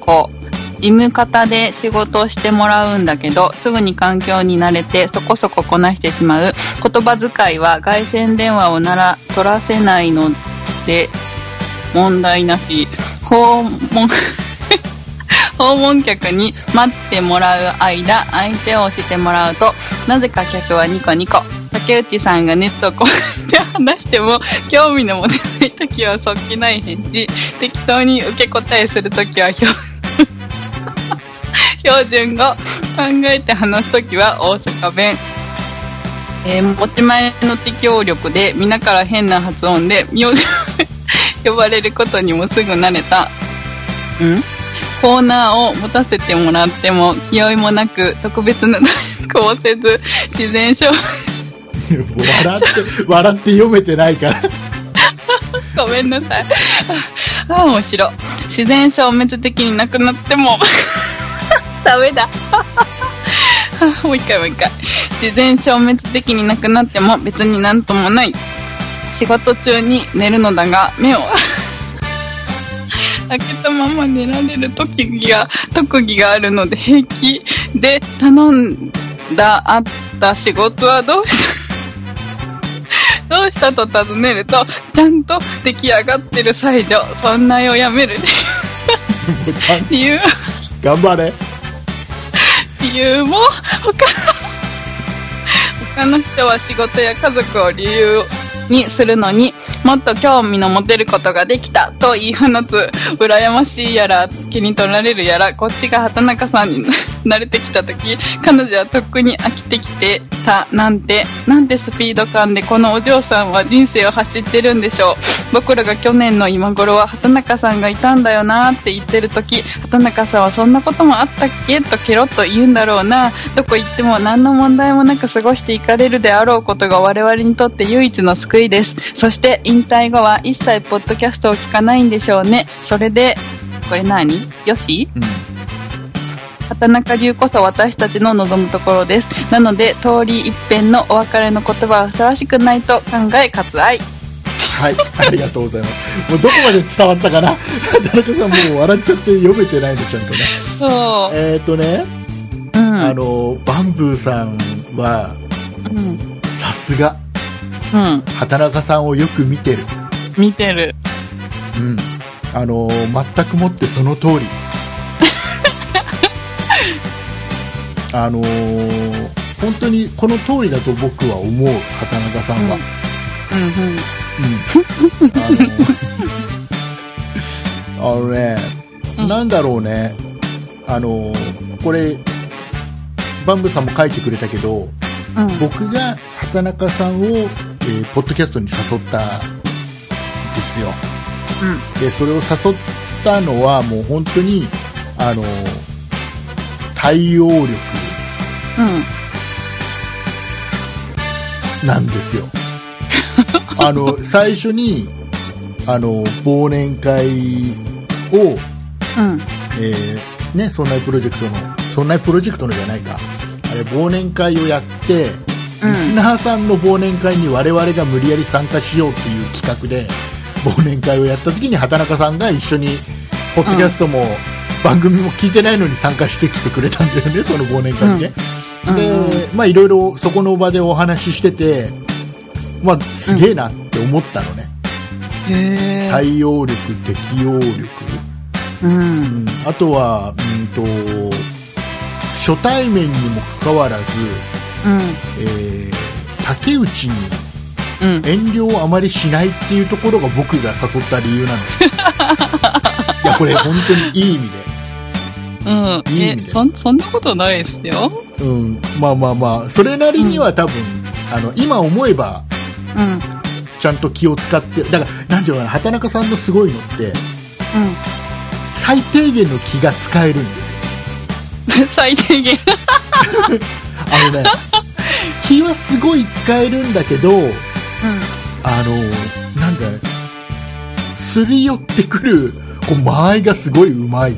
[SPEAKER 1] 子事務方で仕事をしてもらうんだけどすぐに環境に慣れてそこそここなしてしまう言葉遣いは外線電話をなら取らせないので問題なし訪問 訪問客に待ってもらう間相手をしてもらうとなぜか客はニコニコ竹内さんがネットをこうやって話しても興味の持てない時はそっけない返事適当に受け答えする時は表標準語考えて話すときは大阪弁、えー持ち前の適応力で皆から変な発音で名字 呼ばれることにもすぐ慣れたんコーナーを持たせてもらっても気負いもなく特別な努力をせず自然消
[SPEAKER 2] いやもう笑って笑って読めてないから
[SPEAKER 1] ごめんなさい。あ、面白い。自然消滅的になくなっても、 ダメだ。 もう一回もう一回。自然消滅的になくなっても別になんともない。仕事中に寝るのだが、目を 開けたまま寝られる特技が、特技があるので平気で頼んだあった仕事はどうしたどうしたと尋ねると、ちゃんと出来上がってる才女、そんな絵をやめる
[SPEAKER 2] もうちゃん
[SPEAKER 1] 理由、
[SPEAKER 2] 頑張れ
[SPEAKER 1] 理由も、他、他の人は仕事や家族を理由にするのに、もっと興味の持てることができたと言い放つ、羨ましいやら、気に取られるやら、こっちが畑中さんに慣れてきたとき、彼女はとっくに飽きてきてた、なんて、なんてスピード感でこのお嬢さんは人生を走ってるんでしょう。僕らが去年の今頃は畑中さんがいたんだよなって言ってる時畑中さんはそんなこともあったっけとケロッと言うんだろうなどこ行っても何の問題もなく過ごしていかれるであろうことが我々にとって唯一の救いですそして引退後は一切ポッドキャストを聞かないんでしょうねそれでこれ何よし畑中流こそ私たちの望むところですなので通り一遍のお別れの言葉はふさわしくないと考えかつ愛
[SPEAKER 2] はい、ありがとうございます。もうどこまで伝わったかな 田中さんもう笑っちゃって読めてないの、ちゃんとね。
[SPEAKER 1] そう、
[SPEAKER 2] えっ、ー、とね、
[SPEAKER 1] うん
[SPEAKER 2] あの、バンブーさんは、
[SPEAKER 1] うん
[SPEAKER 2] さすが、
[SPEAKER 1] うん
[SPEAKER 2] 畑中さんをよく見てる。
[SPEAKER 1] 見てる
[SPEAKER 2] うん。あの、全くもってそ の通り。あの本当にこの通りだと僕は思う、畑中さんは。
[SPEAKER 1] うんうん
[SPEAKER 2] あのあのね、
[SPEAKER 1] うん
[SPEAKER 2] なんだろうね、あの、これ、バンブーさんも書いてくれたけど、
[SPEAKER 1] うん
[SPEAKER 2] 僕が畑中さんを、えーポッドキャストに誘ったんですよ。で、それを誘ったのは、もう本当に、あの、対応力
[SPEAKER 1] う
[SPEAKER 2] なんで すよ。あの、最初に、あの、忘年会を、
[SPEAKER 1] んうん
[SPEAKER 2] えーね、そんなプロジェクトの、そんなプロジェクトのじゃないか。あれ、忘年会をやって、リスナーさんの忘年会に我々が無理やり参加しようっていう企画で、忘年会をやった時に畑中さんが一緒に、ポッドキャストも、番組も聞いてないのに参加してきてくれたんだよね、その忘年会にね。
[SPEAKER 1] うんうん
[SPEAKER 2] で、まあいろいろそこの場でお話ししてて、まあすげえなって思ったのね。
[SPEAKER 1] うへえ。
[SPEAKER 2] 対応力、適応力、
[SPEAKER 1] うん。
[SPEAKER 2] あとは、うんと、初対面にもかかわらず、
[SPEAKER 1] う
[SPEAKER 2] えー竹内に
[SPEAKER 1] ん。うん。
[SPEAKER 2] 遠慮をあまりしないっていうところが僕が誘った理由なんですよいやこれ本当にいい意味
[SPEAKER 1] うん。
[SPEAKER 2] いい意味
[SPEAKER 1] え、
[SPEAKER 2] で
[SPEAKER 1] そん、そんなことないですよ。
[SPEAKER 2] で、うん、まあまあまあそれなりには多分、あの今思えば
[SPEAKER 1] うん。うん。
[SPEAKER 2] ちゃんと気を使ってだからなんていうのかな畑中さんのすごいのって最低限の気が使えるんですよ
[SPEAKER 1] 最低限。
[SPEAKER 2] あのね気はすごい使えるんだけど
[SPEAKER 1] う
[SPEAKER 2] あのなんだすり寄ってくるこう間合いがすごいうまい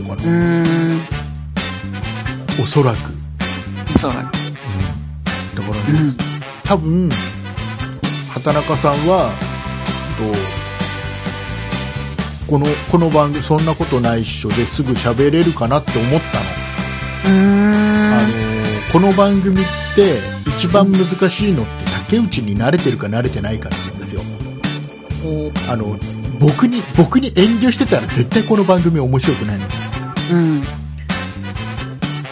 [SPEAKER 2] のかな、
[SPEAKER 1] ん。うん。
[SPEAKER 2] おそらく
[SPEAKER 1] そうだ。
[SPEAKER 2] だからね、
[SPEAKER 1] うん
[SPEAKER 2] 多分畑中さんはとこのこの番組「そんなことないっしょ」ですぐ喋れるかなって思ったの,、
[SPEAKER 1] うーん。
[SPEAKER 2] あのーこの番組って一番難しいのって竹内に慣れてるか慣れてないかなんですよ
[SPEAKER 1] お
[SPEAKER 2] あの僕に僕に遠慮してたら絶対この番組面白くないの
[SPEAKER 1] うん。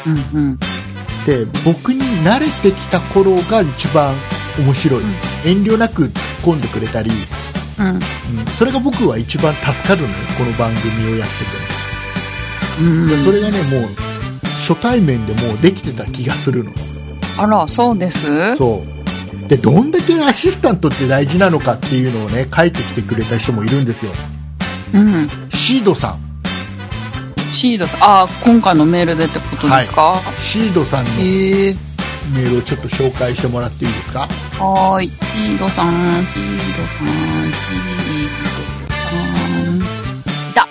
[SPEAKER 1] うんうん。
[SPEAKER 2] で僕に慣れてきた頃が一番面白い、
[SPEAKER 1] ん
[SPEAKER 2] 遠慮なく突っ込んでくれたり
[SPEAKER 1] うん。
[SPEAKER 2] うんそれが僕は一番助かるのよこの番組をやってて、
[SPEAKER 1] うん、
[SPEAKER 2] それがねもう初対面でもうできてた気がするの
[SPEAKER 1] あら、そうです
[SPEAKER 2] そうでどんだけアシスタントって大事なのかっていうのをね書いてきてくれた人もいるんですよ
[SPEAKER 1] うん。
[SPEAKER 2] シードさん
[SPEAKER 1] シードさん、あー今回のメールでってことですか、
[SPEAKER 2] シードさんの
[SPEAKER 1] へえー。
[SPEAKER 2] メールをちょっと紹介してもらっていいですか
[SPEAKER 1] はーい。シードさん、シードさん、シードさん。いた。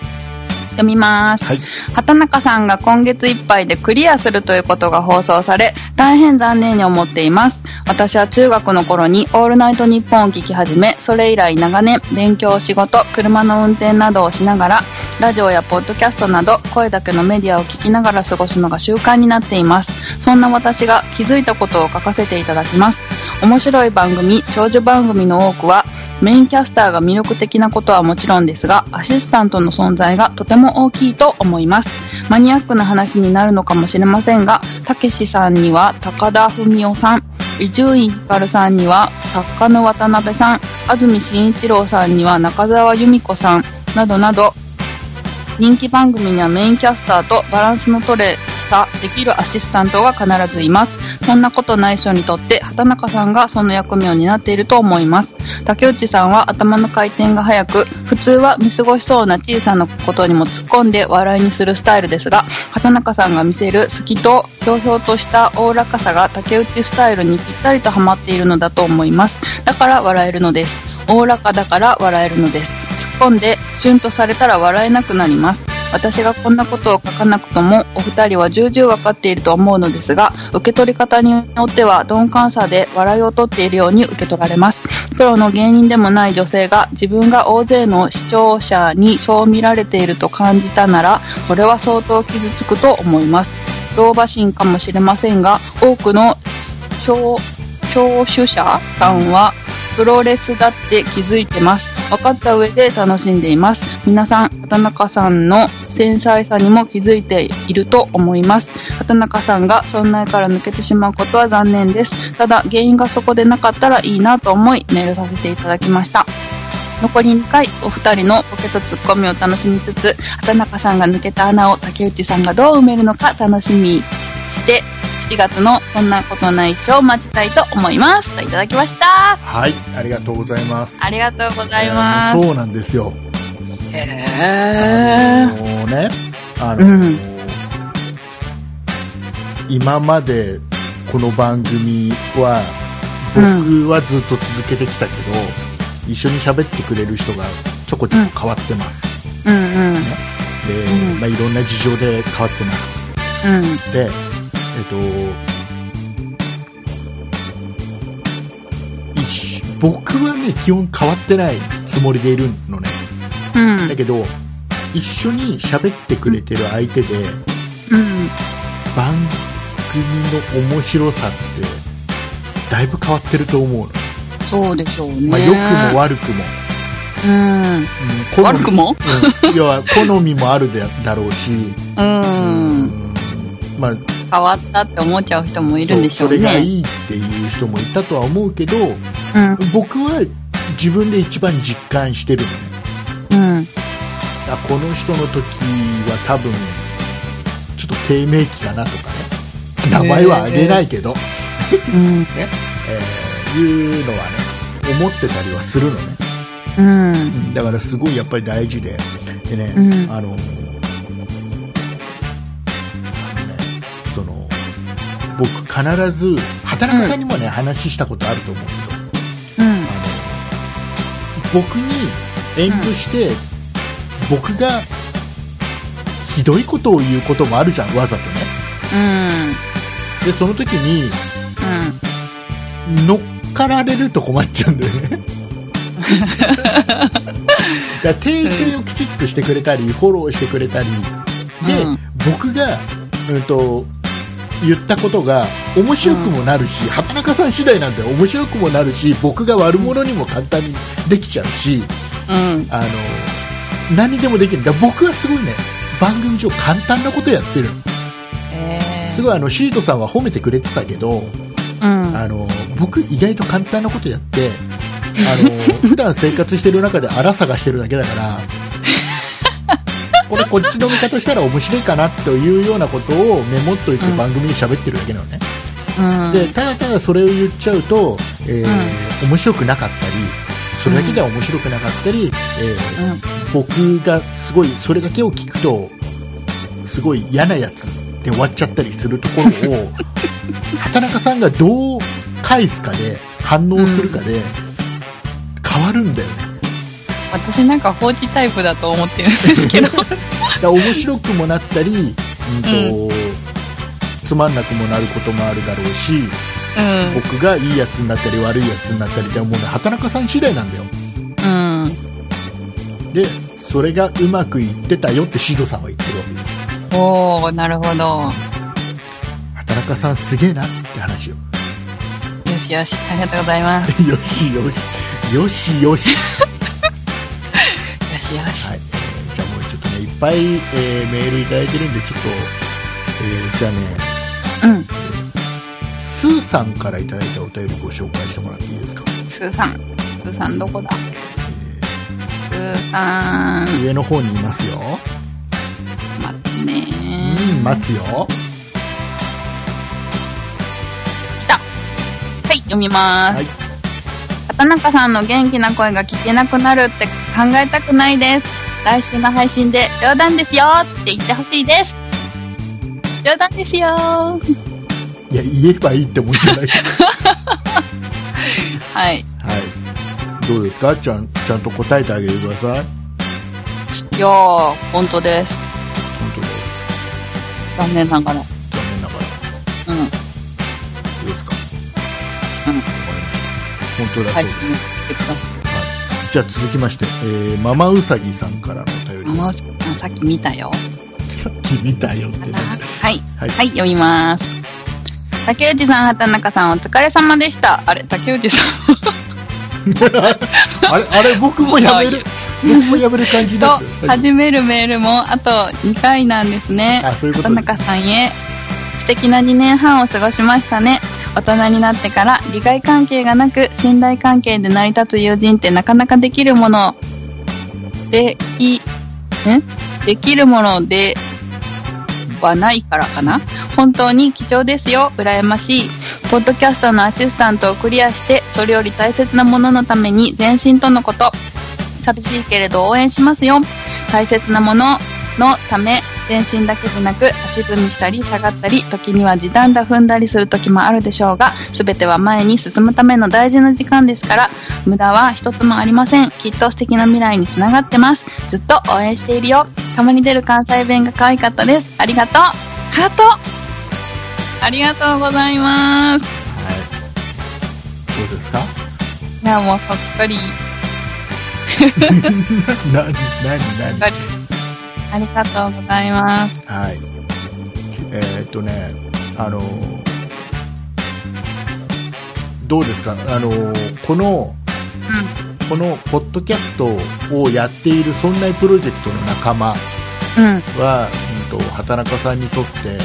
[SPEAKER 1] 読みます。
[SPEAKER 2] はい
[SPEAKER 1] 畑中さんが今月いっぱいでクリアするということが放送され、大変残念に思っています。私は中学の頃にオールナイトニッポンを聞き始め、それ以来長年勉強、仕事、車の運転などをしながら、ラジオやポッドキャストなど声だけのメディアを聞きながら過ごすのが習慣になっています。そんな私が気づいたことを書かせていただきます。面白い番組、長寿番組の多くは、メインキャスターが魅力的なことはもちろんですが、アシスタントの存在がとても大きいと思います。マニアックな話になるのかもしれませんが、たけしさんには高田文雄さん、伊集院光さんには作家の渡辺さん、安住紳一郎さんには中澤由美子さん、などなど、人気番組にはメインキャスターとバランスの取れたできるアシスタントが必ずいます。そんなことない人にとって、畑中さんがその役目を担っていると思います。竹内さんは頭の回転が速く普通は見過ごしそうな小さなことにも突っ込んで笑いにするスタイルですが畑中さんが見せる好きとひょうひょうとしたおおらかさが竹内スタイルにぴったりとハマっているのだと思いますだから笑えるのですおおらかだから笑えるのです突っ込んでシュンとされたら笑えなくなります私がこんなことを書かなくともお二人は重々分かっていると思うのですが受け取り方によっては鈍感さで笑いを取っているように受け取られますプロの芸人でもない女性が自分が大勢の視聴者にそう見られていると感じたならこれは相当傷つくと思います老婆心かもしれませんが多くの聴聴取者さんはプロレスだって気づいてます分かった上で楽しんでいます皆さん畑中さんの繊細さにも気づいていると思います畑中さんがそんな絵から抜けてしまうことは残念ですただ原因がそこでなかったらいいなと思いメールさせていただきました残り2回お二人のボケとツッコミを楽しみつつ畑中さんが抜けた穴を竹内さんがどう埋めるのか楽しみにして7月の「そんなことない賞」を待ちたいと思いますといただきました
[SPEAKER 2] はいありがとうございます
[SPEAKER 1] ありがとうございます
[SPEAKER 2] そうなんですよ
[SPEAKER 1] へえ
[SPEAKER 2] あのね、あ
[SPEAKER 1] う
[SPEAKER 2] の、
[SPEAKER 1] ん
[SPEAKER 2] 今までこの番組は
[SPEAKER 1] うん
[SPEAKER 2] 僕はずっと続けてきたけど、一緒に喋ってくれる人がちょこちょこ変わってます、
[SPEAKER 1] うんうん
[SPEAKER 2] で、
[SPEAKER 1] うん
[SPEAKER 2] まあ、いろんな事情で変わってます
[SPEAKER 1] うん
[SPEAKER 2] でえっと一緒僕はね基本変わってないつもりでいるのね
[SPEAKER 1] うん
[SPEAKER 2] だけど一緒に喋ってくれてる相手で、
[SPEAKER 1] うん
[SPEAKER 2] 番組の面白さってだいぶ変わってると思うの、
[SPEAKER 1] そうでしょうね、
[SPEAKER 2] まあ、良くも悪くも、
[SPEAKER 1] うん。
[SPEAKER 2] 好み
[SPEAKER 1] 悪くも
[SPEAKER 2] うん要は好みもあるでだろうし、
[SPEAKER 1] うん。
[SPEAKER 2] まあ、
[SPEAKER 1] 変わったって思っちゃう人もいるんでしょ
[SPEAKER 2] そうれが
[SPEAKER 1] ね。
[SPEAKER 2] いいっていう人もいたとは思うけど
[SPEAKER 1] うん。
[SPEAKER 2] 僕は自分で一番実感してる
[SPEAKER 1] う
[SPEAKER 2] のね
[SPEAKER 1] ん。
[SPEAKER 2] あこの人の時は多分ちょっと低迷期かなとかね名前は挙げないけど、
[SPEAKER 1] うん。
[SPEAKER 2] えーいうのはね思ってたりはするのね
[SPEAKER 1] うん。
[SPEAKER 2] だからすごいやっぱり大事ででね、
[SPEAKER 1] うん
[SPEAKER 2] あのなんかねその僕必ず働くさんにもね、話したことあると思うけど
[SPEAKER 1] うん。
[SPEAKER 2] あの僕に遠慮して、僕がひどいことを言うこともあるじゃんわざとね
[SPEAKER 1] うん。
[SPEAKER 2] でその時に
[SPEAKER 1] うん。
[SPEAKER 2] 乗っかられると困っちゃうんだよ ねだから訂正をきちっとしてくれたり、フォローしてくれたりで、
[SPEAKER 1] うん
[SPEAKER 2] 僕が、うん、と言ったことが面白くもなるし、畑中さん次第なんで面白くもなるし僕が悪者にも簡単にできちゃうし、
[SPEAKER 1] うん。
[SPEAKER 2] あの何にでもできるだから僕はすごいね番組上簡単なことやってるの
[SPEAKER 1] えー
[SPEAKER 2] すごいあのシートさんは褒めてくれてたけど
[SPEAKER 1] うん。
[SPEAKER 2] あの僕意外と簡単なことやってあの 普段生活してる中で荒探してるだけだからこれこっちの見方したら面白いかなというようなことをメモっといて
[SPEAKER 1] うん
[SPEAKER 2] 番組に喋ってるだけなのね、
[SPEAKER 1] うん。
[SPEAKER 2] でただただそれを言っちゃうと、えー面白くなかったりそれだけでは面白くなかったり、えー
[SPEAKER 1] うん。
[SPEAKER 2] 僕がすごいそれだけを聞くとすごい嫌なやつで終わっちゃったりするところを畑中さんがどう返すかで反応するかで変わるんだよね、
[SPEAKER 1] 私なんか放置タイプだと思ってるんです けど。
[SPEAKER 2] だから面白くもなったり、うんとつまんなくもなることもあるだろうし
[SPEAKER 1] うん。
[SPEAKER 2] 僕がいいやつになったり悪いやつになったりでもうね畑中さん次第なんだよ
[SPEAKER 1] うん。
[SPEAKER 2] でそれがうまくいってたよってシドさんは言ってるわけです
[SPEAKER 1] おー、なるほど。
[SPEAKER 2] 畑中さんすげえなって話よ
[SPEAKER 1] よしよし。ありがとうございます。よ
[SPEAKER 2] よしよしよしよし、
[SPEAKER 1] しよし。
[SPEAKER 2] はいえーじゃあもうちょっとねいっぱい、えーメールいただいてるんでちょっと、えーじゃあね
[SPEAKER 1] うん。
[SPEAKER 2] スーさんからいただいたお便りご紹介してもらっていいですか
[SPEAKER 1] スーさん。スーさんどこだスーさん。
[SPEAKER 2] 上の方にいますよ、
[SPEAKER 1] 待ってね
[SPEAKER 2] うん、待つよ
[SPEAKER 1] 来た。はい、読みます。
[SPEAKER 2] はい
[SPEAKER 1] 畑中さんの元気な声が聞けなくなるって考えたくないです。来週の配信で冗談ですよって言ってほしいです。冗談ですよ
[SPEAKER 2] いや言えばいいってもんじゃない
[SPEAKER 1] はい。
[SPEAKER 2] はいどうですかちゃんちゃんと答えてあげてください
[SPEAKER 1] いやー、本当です。
[SPEAKER 2] 本当です
[SPEAKER 1] 残念ながら。う
[SPEAKER 2] 残念ながらど
[SPEAKER 1] ん。
[SPEAKER 2] うですか
[SPEAKER 1] うん
[SPEAKER 2] わかりました本当だそう
[SPEAKER 1] 配
[SPEAKER 2] で
[SPEAKER 1] 信
[SPEAKER 2] す、
[SPEAKER 1] してくださ
[SPEAKER 2] はい、じゃあ続きまして、えーママウサギさんからのお便
[SPEAKER 1] い。
[SPEAKER 2] り
[SPEAKER 1] ママささっき見たよ。
[SPEAKER 2] さっき見たよってね。
[SPEAKER 1] はい。
[SPEAKER 2] はい。
[SPEAKER 1] はい、読みます。竹内さん、畑中さん、お疲れ様でした。あれ、竹内さん。
[SPEAKER 2] あれ、あれ、僕もやめる。僕もやめる感じだっ
[SPEAKER 1] と
[SPEAKER 2] た。
[SPEAKER 1] 始めるメールもあと2回なんですね
[SPEAKER 2] あそういうこと
[SPEAKER 1] 畑中さんへ素敵な2年半を過ごしましたね大人になってから利害関係がなく信頼関係で成り立つ友人ってなかなかできるものできんできるものではないからかな本当に貴重ですよ羨ましいポッドキャストのアシスタントをクリアしてそれより大切なもののために前進とのこと寂しいけれど応援しますよ大切なもののため全身だけでなく足踏みしたり下がったり時には時短だ踏んだりする時もあるでしょうが全ては前に進むための大事な時間ですから無駄は一つもありませんきっと素敵な未来につながってますずっと応援しているよたまに出る関西弁が可愛かったですありがとうハートありがとうございます
[SPEAKER 2] はい。どうですか。
[SPEAKER 1] いやもうほっこりほっこり
[SPEAKER 2] な、なに、な
[SPEAKER 1] ありがとうございます
[SPEAKER 2] に、はい。えーっとね、あのーどうですか。あのーこの
[SPEAKER 1] う
[SPEAKER 2] このポッドキャストをやっている「そんないプロジェクト」の仲間
[SPEAKER 1] うん
[SPEAKER 2] は、うん、と畑中さんにとって、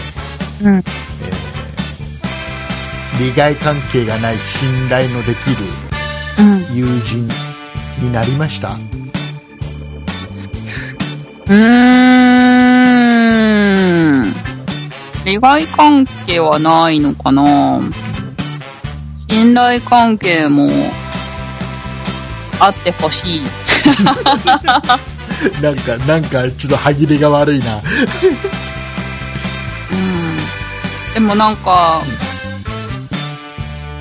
[SPEAKER 1] うん
[SPEAKER 2] えー利害関係がない信頼のできる
[SPEAKER 1] うん
[SPEAKER 2] 友人になりました
[SPEAKER 1] うーん利害関係はないのかな信頼関係もあってほしい
[SPEAKER 2] なんかなんかちょっと歯切れが悪いな
[SPEAKER 1] うんでもなんか、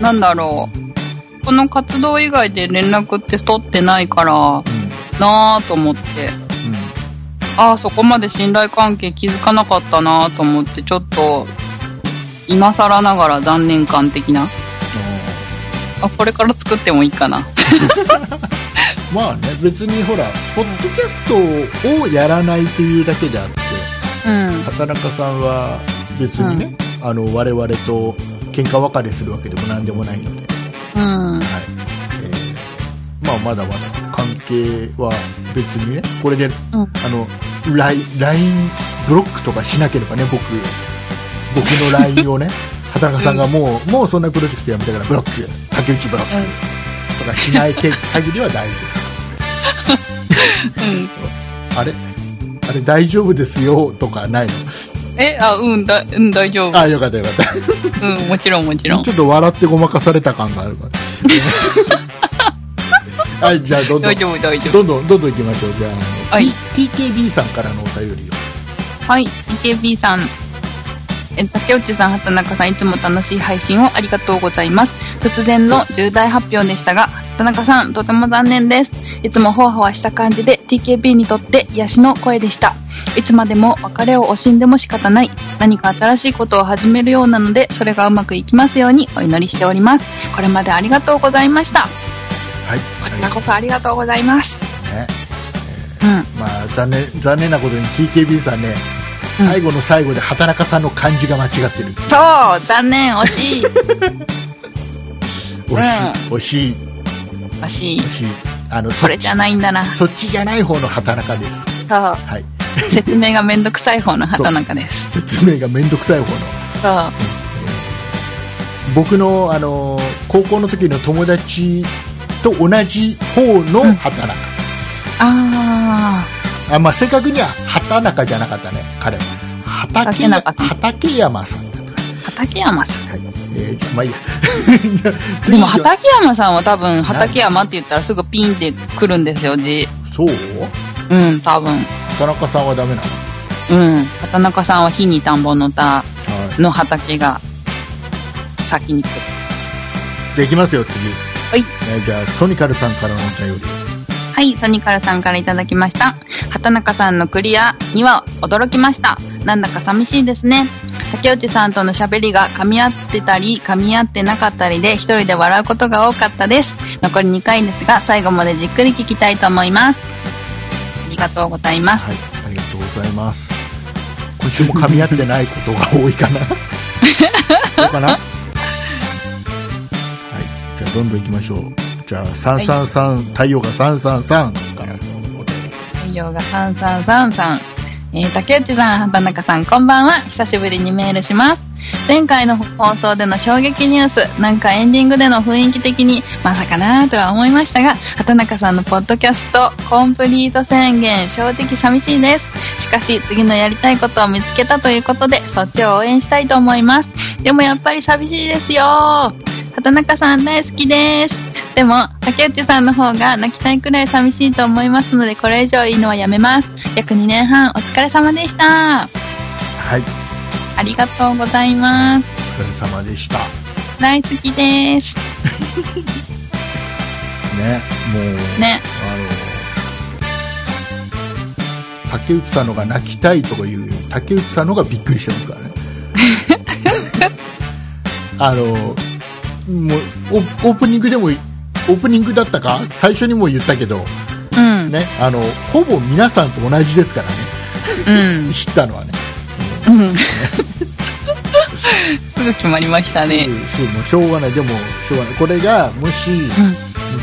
[SPEAKER 1] なんだろう。この活動以外で連絡って取ってないから
[SPEAKER 2] うん
[SPEAKER 1] なぁと思って、ああ、そこまで信頼関係気づかなかったなぁと思って、ちょっと、今更ながら残念感的な。あ、これから作ってもいいかな。
[SPEAKER 2] うんまあね別にほらポッドキャストをやらないというだけであって
[SPEAKER 1] うん。
[SPEAKER 2] 畑中さんは別にね、あの我々と喧嘩別れするわけでも何でもないので、はい
[SPEAKER 1] うん。
[SPEAKER 2] えーまあ、まだまだ関係は別にねこれで、
[SPEAKER 1] ん
[SPEAKER 2] あの LINE ブロックとかしなければね僕僕の LINE をね畑中さんがもう、もうそんなプロジェクトやめたからブロック竹内ブロッ
[SPEAKER 1] うん
[SPEAKER 2] クとかしない限りは大丈夫あれあれ大丈夫ですよとかないの
[SPEAKER 1] うん。 え、あ、うん、だ、うん、大丈夫。
[SPEAKER 2] あよかったよかった
[SPEAKER 1] うん、もちろん、もちろん
[SPEAKER 2] ち。ょっと笑ってごまかされた感があ るからはいじゃあどんどん
[SPEAKER 1] 大丈夫、大丈夫。
[SPEAKER 2] どんどんどんどんいきましょうじゃあ、
[SPEAKER 1] はい
[SPEAKER 2] TKB さんからのお便りを
[SPEAKER 1] はい、EKB さん。え竹内さん、畑中さん、いつも楽しい配信をありがとうございます。突然の重大発表でしたが、畑中さん、とても残念です。いつもほわほわした感じで、TKB にとって癒しの声でした。いつまでも別れを惜しんでも仕方ない。何か新しいことを始めるようなので、それがうまくいきますようにお祈りしております。これまでありがとうございました。
[SPEAKER 2] はい
[SPEAKER 1] こちらこそありがとうございます。
[SPEAKER 2] ね
[SPEAKER 1] うん。
[SPEAKER 2] まあ残念残念なことに TKB さんね
[SPEAKER 1] うん
[SPEAKER 2] 最後の最後で畑中さんの漢字が間違ってる、
[SPEAKER 1] そう、残念、惜しい。
[SPEAKER 2] 惜しい惜しい
[SPEAKER 1] 惜しい
[SPEAKER 2] 惜。しいあの
[SPEAKER 1] こ
[SPEAKER 2] そ
[SPEAKER 1] れ
[SPEAKER 2] っ
[SPEAKER 1] じ
[SPEAKER 2] ち
[SPEAKER 1] ゃないんだな。
[SPEAKER 2] そっちじゃない方の畑中です
[SPEAKER 1] そう。
[SPEAKER 2] はい
[SPEAKER 1] 説明がめんどくさい方の畑中です。
[SPEAKER 2] 説明がめんどくさい方の
[SPEAKER 1] そう。
[SPEAKER 2] 僕のあの高校の時の友達と同じ方の畑中、
[SPEAKER 1] あ
[SPEAKER 2] あまあ、正確には畑中じゃなかったね彼は畑
[SPEAKER 1] 畑
[SPEAKER 2] や
[SPEAKER 1] 中さん
[SPEAKER 2] 畑山さんだったか
[SPEAKER 1] あ、畠山さん。
[SPEAKER 2] ら、はいえ ーまあいいや
[SPEAKER 1] でも畠山さんは多分、畠山って言ったらすぐピンって来るんですよ、字。
[SPEAKER 2] そう
[SPEAKER 1] うん、多分。
[SPEAKER 2] 畑中さんはダメなの、
[SPEAKER 1] うん。畑中さんは火に田んぼの田
[SPEAKER 2] は
[SPEAKER 1] の畑が先に来る。
[SPEAKER 2] い、できますよ次
[SPEAKER 1] はい
[SPEAKER 2] えーじゃあソニカルさんからのお便り
[SPEAKER 1] はい、ソニカルさんからいただきました。畑中さんのクリアには驚きました。なんだか寂しいですね。竹内さんとの喋りが噛み合ってたり、噛み合ってなかったりで、一人で笑うことが多かったです。残り2回ですが、最後までじっくり聞きたいと思います。ありがとうございます。
[SPEAKER 2] はいありがとうございます今週も噛み合ってないことが多い かなそうかなはいじゃあどんどんいきましょうじゃあ333、太陽が333からのお便り
[SPEAKER 1] 内容がさんさんさんさん。えー竹内さん、畑中さん、こんばんは。久しぶりにメールします。前回の放送での衝撃ニュース、なんかエンディングでの雰囲気的に、まさかなーとは思いましたが、畑中さんのポッドキャスト、コンプリート宣言、正直寂しいです。しかし、次のやりたいことを見つけたということで、そっちを応援したいと思います。でもやっぱり寂しいですよ畑中さん大好きです。でも、竹内さんの方が泣きたいくらい寂しいと思いますので、これ以上いいのはやめます。約2年半お疲れ様でした。
[SPEAKER 2] はい
[SPEAKER 1] ありがとうございます。
[SPEAKER 2] お疲れ様でした
[SPEAKER 1] 大好きです。
[SPEAKER 2] ねもう
[SPEAKER 1] ね。
[SPEAKER 2] あの竹内さんのが泣きたいとかいう竹内さんのがびっくりしてますからねあのもうオオープニングでもオープニングだったか最初にも言ったけど、
[SPEAKER 1] うん。
[SPEAKER 2] ね、あのほぼ皆さんと同じですから
[SPEAKER 1] うん
[SPEAKER 2] ね。知ったのはね
[SPEAKER 1] うん。すぐ決まりましたね。
[SPEAKER 2] そうそうもうしょうがないでもしょうがないこれがもし、う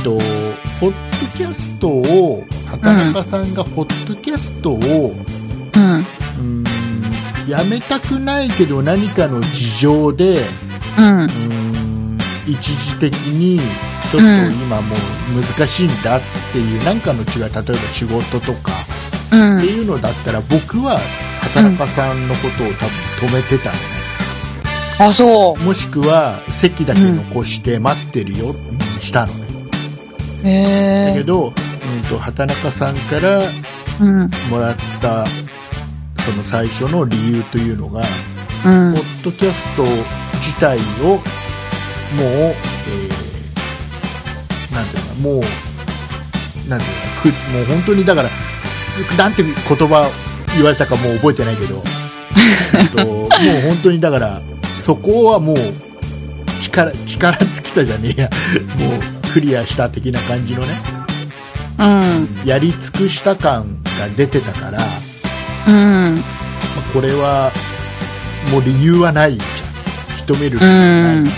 [SPEAKER 2] んと、ポッドキャストを、畑中さんがポッドキャストを、
[SPEAKER 1] うん。
[SPEAKER 2] うんやめたくないけど何かの事情で、
[SPEAKER 1] うん。
[SPEAKER 2] うん一時的にちょっと今もう難しいんだっていう何かの違い例えば仕事とか
[SPEAKER 1] うん
[SPEAKER 2] って。いうのだったら僕は畑中さんのことを多分止めてたのね
[SPEAKER 1] あ、そ
[SPEAKER 2] もしくは席だけ残して待ってるよにしたのね
[SPEAKER 1] う。へ
[SPEAKER 2] だけ
[SPEAKER 1] え。
[SPEAKER 2] ど、うん、と畑中さんから
[SPEAKER 1] うん。
[SPEAKER 2] もらったその最初の理由というのが
[SPEAKER 1] うん
[SPEAKER 2] ポ。ッドキャスト自体をもう、えーなんていうのかなもう、なんていうのかなくもう本当にだから、なんて言葉言われたかもう覚えてないけど、えっともう本当にだから、そこはもう、力、力尽きたじゃねえや。もう、クリアした的な感じのね、
[SPEAKER 1] うん。
[SPEAKER 2] やり尽くした感が出てたから、
[SPEAKER 1] う
[SPEAKER 2] ま
[SPEAKER 1] ん。
[SPEAKER 2] あこれは、もう理由はないじゃん。一目る理
[SPEAKER 1] う
[SPEAKER 2] 由はない
[SPEAKER 1] ん。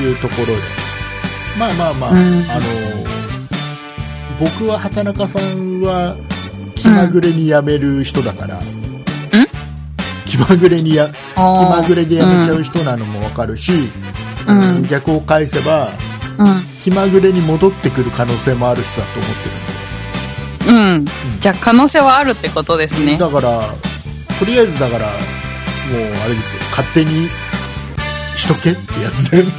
[SPEAKER 2] いうところでまあまあまあ、
[SPEAKER 1] うん
[SPEAKER 2] あの僕は畑中さんは気まぐれに辞める人だから、気まぐれにや気ま
[SPEAKER 1] あ
[SPEAKER 2] ぐれで辞めちゃう人なのもわかるし、
[SPEAKER 1] うん
[SPEAKER 2] 逆を返せば
[SPEAKER 1] ー
[SPEAKER 2] 気まぐれに戻ってくる可能性もある人だと思ってるんで
[SPEAKER 1] うん。うん。じゃあ可能性はあるってことですね。
[SPEAKER 2] だからとりあえずだからもうあれですよ勝手にしとけってやつだ よね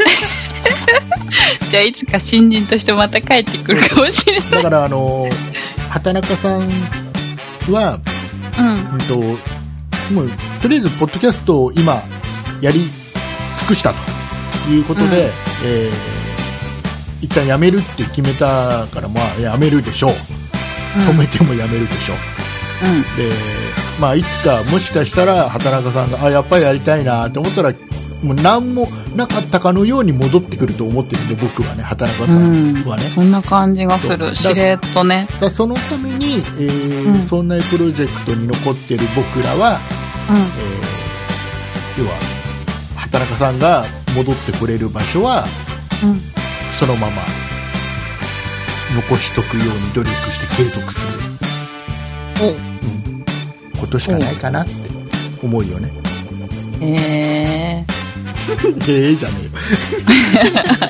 [SPEAKER 1] じゃあいつか新人としてまた帰ってくるかもしれない。
[SPEAKER 2] だからあの畑中さんは
[SPEAKER 1] うん。
[SPEAKER 2] うんと、もうとりあえず、ポッドキャストを今、やり尽くしたということで、
[SPEAKER 1] うん
[SPEAKER 2] えー一旦やめるって決めたから、まあ、やめるでしょう、止めてもやめるでしょう、でまあ、いつか、もしかしたら畑中さんが、あやっぱりやりたいなと思ったら、もう何もなかったかのように戻ってくると思ってるんで、僕はね、畑中
[SPEAKER 1] う
[SPEAKER 2] さ
[SPEAKER 1] ん。
[SPEAKER 2] んはね。
[SPEAKER 1] そんな感じがする。
[SPEAKER 2] そう
[SPEAKER 1] しれっとね。
[SPEAKER 2] だからそのために、えー
[SPEAKER 1] うん
[SPEAKER 2] そんなプロジェクトに残ってる僕らは、
[SPEAKER 1] うん。
[SPEAKER 2] えー要は畑中さんが戻ってこれる場所は
[SPEAKER 1] うん。
[SPEAKER 2] そのまま残しとくように努力して継続する、うん、ことしかないかなって思うよね。
[SPEAKER 1] おへえ。
[SPEAKER 2] へえじゃねえよ。 そうそうそう。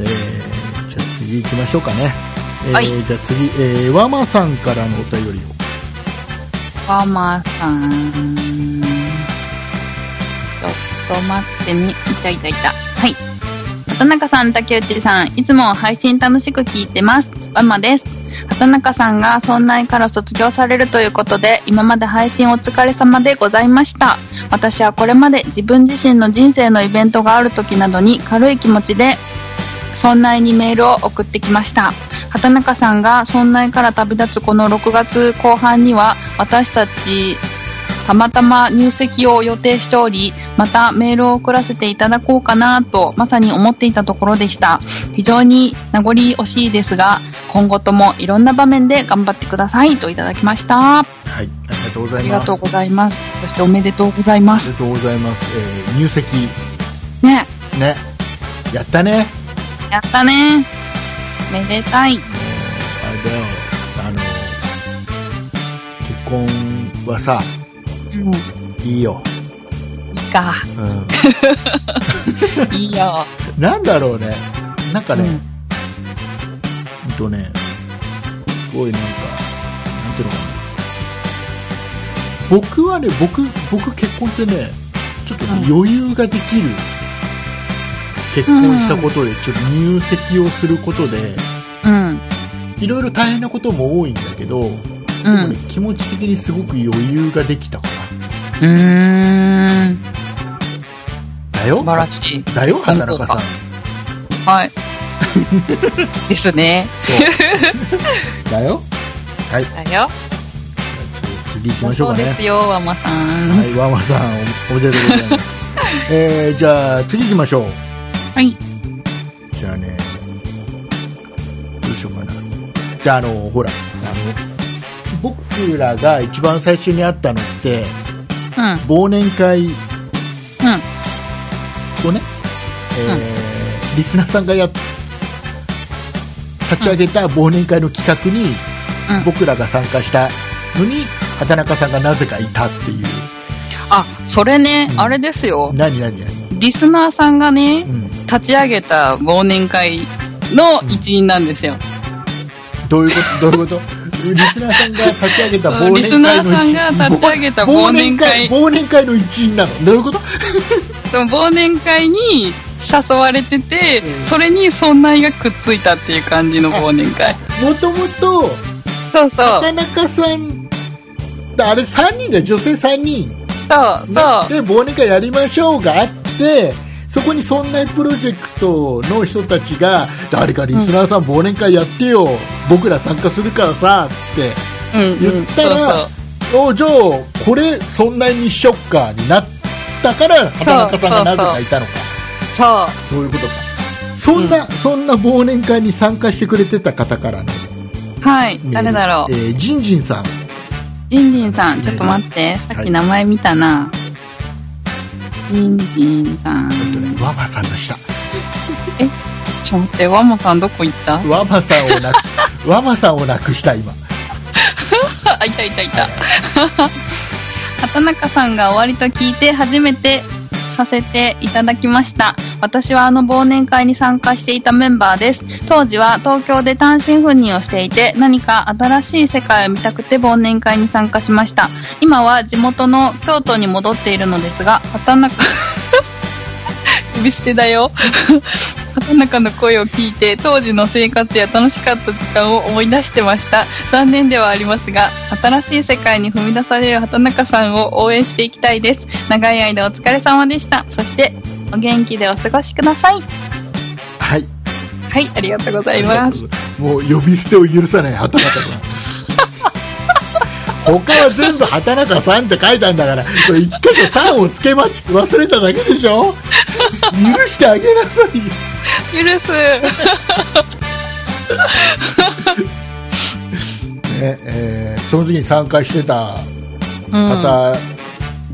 [SPEAKER 2] えー、じゃあ次行きましょうかね。えー
[SPEAKER 1] はい
[SPEAKER 2] じゃあ次、えー、ワマさんからのお便りを。
[SPEAKER 1] ママさん。ちょっと待ってに、いたいたいた。はい。畑中さん、竹内さん、いつも配信楽しく聞いてます。ママです。畑中さんが村内から卒業されるということで、今まで配信お疲れ様でございました。私はこれまで自分自身の人生のイベントがある時などに軽い気持ちで、村内にメールを送ってきました。畑中さんが村内から旅立つこの6月後半には私たちたまたま入籍を予定しておりまたメールを送らせていただこうかなとまさに思っていたところでした非常に名残惜しいですが今後ともいろんな場面で頑張ってくださいといただきましたあ
[SPEAKER 2] はい、ありがとうござい
[SPEAKER 1] り
[SPEAKER 2] ま
[SPEAKER 1] が
[SPEAKER 2] す。
[SPEAKER 1] とうございますそしておめでとうございま
[SPEAKER 2] あり
[SPEAKER 1] す
[SPEAKER 2] がとうございます。えー入籍
[SPEAKER 1] ね
[SPEAKER 2] ねやったね
[SPEAKER 1] やったねめでたい
[SPEAKER 2] もうあれだよあの結婚はさ
[SPEAKER 1] うんい
[SPEAKER 2] いいよ、
[SPEAKER 1] いか
[SPEAKER 2] う
[SPEAKER 1] いいよ、
[SPEAKER 2] ん、なんだろうねなんか
[SPEAKER 1] う
[SPEAKER 2] ね、
[SPEAKER 1] ん、
[SPEAKER 2] うんとねすごいなんかなんていうのかな僕はね僕僕結婚ってねちょっとね、
[SPEAKER 1] う
[SPEAKER 2] 余裕ができる結婚したことで、ちょっと入籍をすることで
[SPEAKER 1] うん
[SPEAKER 2] いろいろ大変なことも多いんだけど、
[SPEAKER 1] う
[SPEAKER 2] でも
[SPEAKER 1] ん
[SPEAKER 2] ね、気持ち的にすごく余裕ができたか
[SPEAKER 1] うーん
[SPEAKER 2] ら。だよ
[SPEAKER 1] 素晴らしい。
[SPEAKER 2] だよ、畑中さ
[SPEAKER 1] 本
[SPEAKER 2] ん。
[SPEAKER 1] はい。ですね。
[SPEAKER 2] そうだよ。はい。じゃ
[SPEAKER 1] だよ。
[SPEAKER 2] あ次行きましょ
[SPEAKER 1] そう
[SPEAKER 2] うか
[SPEAKER 1] で
[SPEAKER 2] ね
[SPEAKER 1] す。よ、ワマさん。
[SPEAKER 2] はい、ワンワンさん、おおめでとうござい ます。えー、じゃあ、次行きましょう。
[SPEAKER 1] はい。
[SPEAKER 2] じゃあね、どうしようかな。じゃあ、あの、ほら、あの、僕らが一番最初に会ったのって、
[SPEAKER 1] うん。
[SPEAKER 2] 忘年会
[SPEAKER 1] うん。
[SPEAKER 2] をね、えーリスナーさんがやっ立ち上げた忘年会の企画に
[SPEAKER 1] うん
[SPEAKER 2] 僕らが参加したのに畑中さんがなぜかいたっていう
[SPEAKER 1] あ、それね、
[SPEAKER 2] うん
[SPEAKER 1] あれですよ。
[SPEAKER 2] 何何何、
[SPEAKER 1] リスナーさんがね
[SPEAKER 2] う、ん、
[SPEAKER 1] 立ち上げた忘年会の一員なんですよ。
[SPEAKER 2] どういうことどういうことリスナーさんが立ち上げた忘
[SPEAKER 1] リス
[SPEAKER 2] 年
[SPEAKER 1] ナ
[SPEAKER 2] 会
[SPEAKER 1] ー
[SPEAKER 2] の
[SPEAKER 1] さ
[SPEAKER 2] 一
[SPEAKER 1] ん
[SPEAKER 2] 員
[SPEAKER 1] が立ち上げた忘年会
[SPEAKER 2] 忘年会の一員なのどういうこと
[SPEAKER 1] でも忘年会に誘われてて、
[SPEAKER 2] うん
[SPEAKER 1] それに存内がくっついたっていう感じの忘年会。
[SPEAKER 2] もともと
[SPEAKER 1] そうそう。
[SPEAKER 2] 田中さんだあれ3人だよ女性3人
[SPEAKER 1] そうそう。
[SPEAKER 2] で忘年会やりましょうがあってそこにそんなプロジェクトの人たちが誰かリスナーさん忘年会やってよ、僕ら参加するからさって
[SPEAKER 1] うんう
[SPEAKER 2] 言
[SPEAKER 1] ん。
[SPEAKER 2] った
[SPEAKER 1] そう
[SPEAKER 2] ら
[SPEAKER 1] そう。
[SPEAKER 2] おじゃあこれそんなにしよっかになったから畑中さんがなぜかいたのか
[SPEAKER 1] そう。
[SPEAKER 2] そういうことかそんな、そんな忘年会に参加してくれてた方からの
[SPEAKER 1] はい
[SPEAKER 2] メール。
[SPEAKER 1] 誰だろう
[SPEAKER 2] え。ージンジンさん
[SPEAKER 1] ジンジンさん、ちょっと待って。さっき名前見たな。ジンジンさん。
[SPEAKER 2] えっとねワマさんでした
[SPEAKER 1] ちょっと待って、ワモさんどこ行った
[SPEAKER 2] ワマさんを なくワマさんをなくした今
[SPEAKER 1] あ、いたいたいた。 畑中さんが終わりと聞いて初めてさせていただきました。私はあの忘年会に参加していたメンバーです。当時は東京で単身赴任をしていて、何か新しい世界を見たくて忘年会に参加しました。今は地元の京都に戻っているのですが、畑中、 呼び捨てだよ。畑中の声を聞いて当時の生活や楽しかった時間を思い出してました残念ではありますが新しい世界に踏み出される畑中さんを応援していきたいです長い間お疲れ様でしたそしてお元気でお過ごしください
[SPEAKER 2] はい
[SPEAKER 1] はいありがとうございます
[SPEAKER 2] もう呼び捨てを許さない畑中さん 他は全部畑中さんって書いたんだからこれ一箇所さんをつけまち忘れただけでしょ許してあげなさいよ
[SPEAKER 1] 許す
[SPEAKER 2] ねえーその時に参加してた
[SPEAKER 1] うん
[SPEAKER 2] 方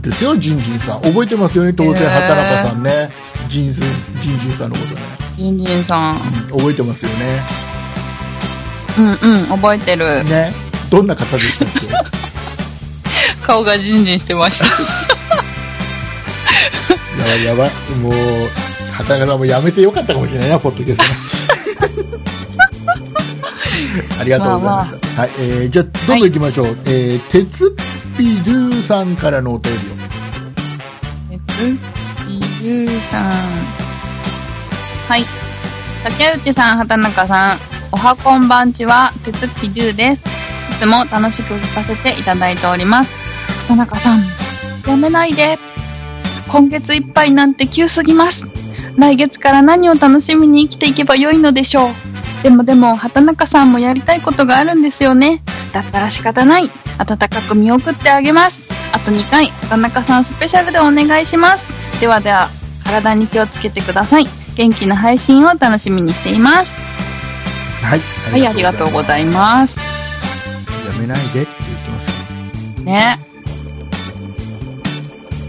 [SPEAKER 2] ですよ、ジンジンさん覚えてますよね当然
[SPEAKER 1] へー
[SPEAKER 2] 畑中さんねジンスジンジンさんのことね、
[SPEAKER 1] ジンジンさん
[SPEAKER 2] うん覚えてますよね
[SPEAKER 1] うんうん覚えてる
[SPEAKER 2] ねどんな方でしたっけ
[SPEAKER 1] 顔がジンジンしてました
[SPEAKER 2] やばいやばいもう畑中さんもやめてよかったかもしれないなポッ ドキャストねありがとうございました、はいえーじゃあどんどんいきましょう、えー鉄っぴるーさんからのお便りを
[SPEAKER 1] えっとジンジンさんはい竹内さん、畑中さん、おはこんばんちは、鉄ピドゥです。いつも楽しく聞かせていただいております。畑中さん、やめないで。今月いっぱいなんて急すぎます。来月から何を楽しみに生きていけばよいのでしょう。でもでも、畑中さんもやりたいことがあるんですよね。だったら仕方ない。温かく見送ってあげます。あと2回、畑中さんスペシャルでお願いします。ではでは、体に気をつけてください。元気な配信を楽しみにしています。
[SPEAKER 2] はい
[SPEAKER 1] はい、ありがとうござい
[SPEAKER 2] ま
[SPEAKER 1] ます。
[SPEAKER 2] すやめないでって言ってますね
[SPEAKER 1] ね。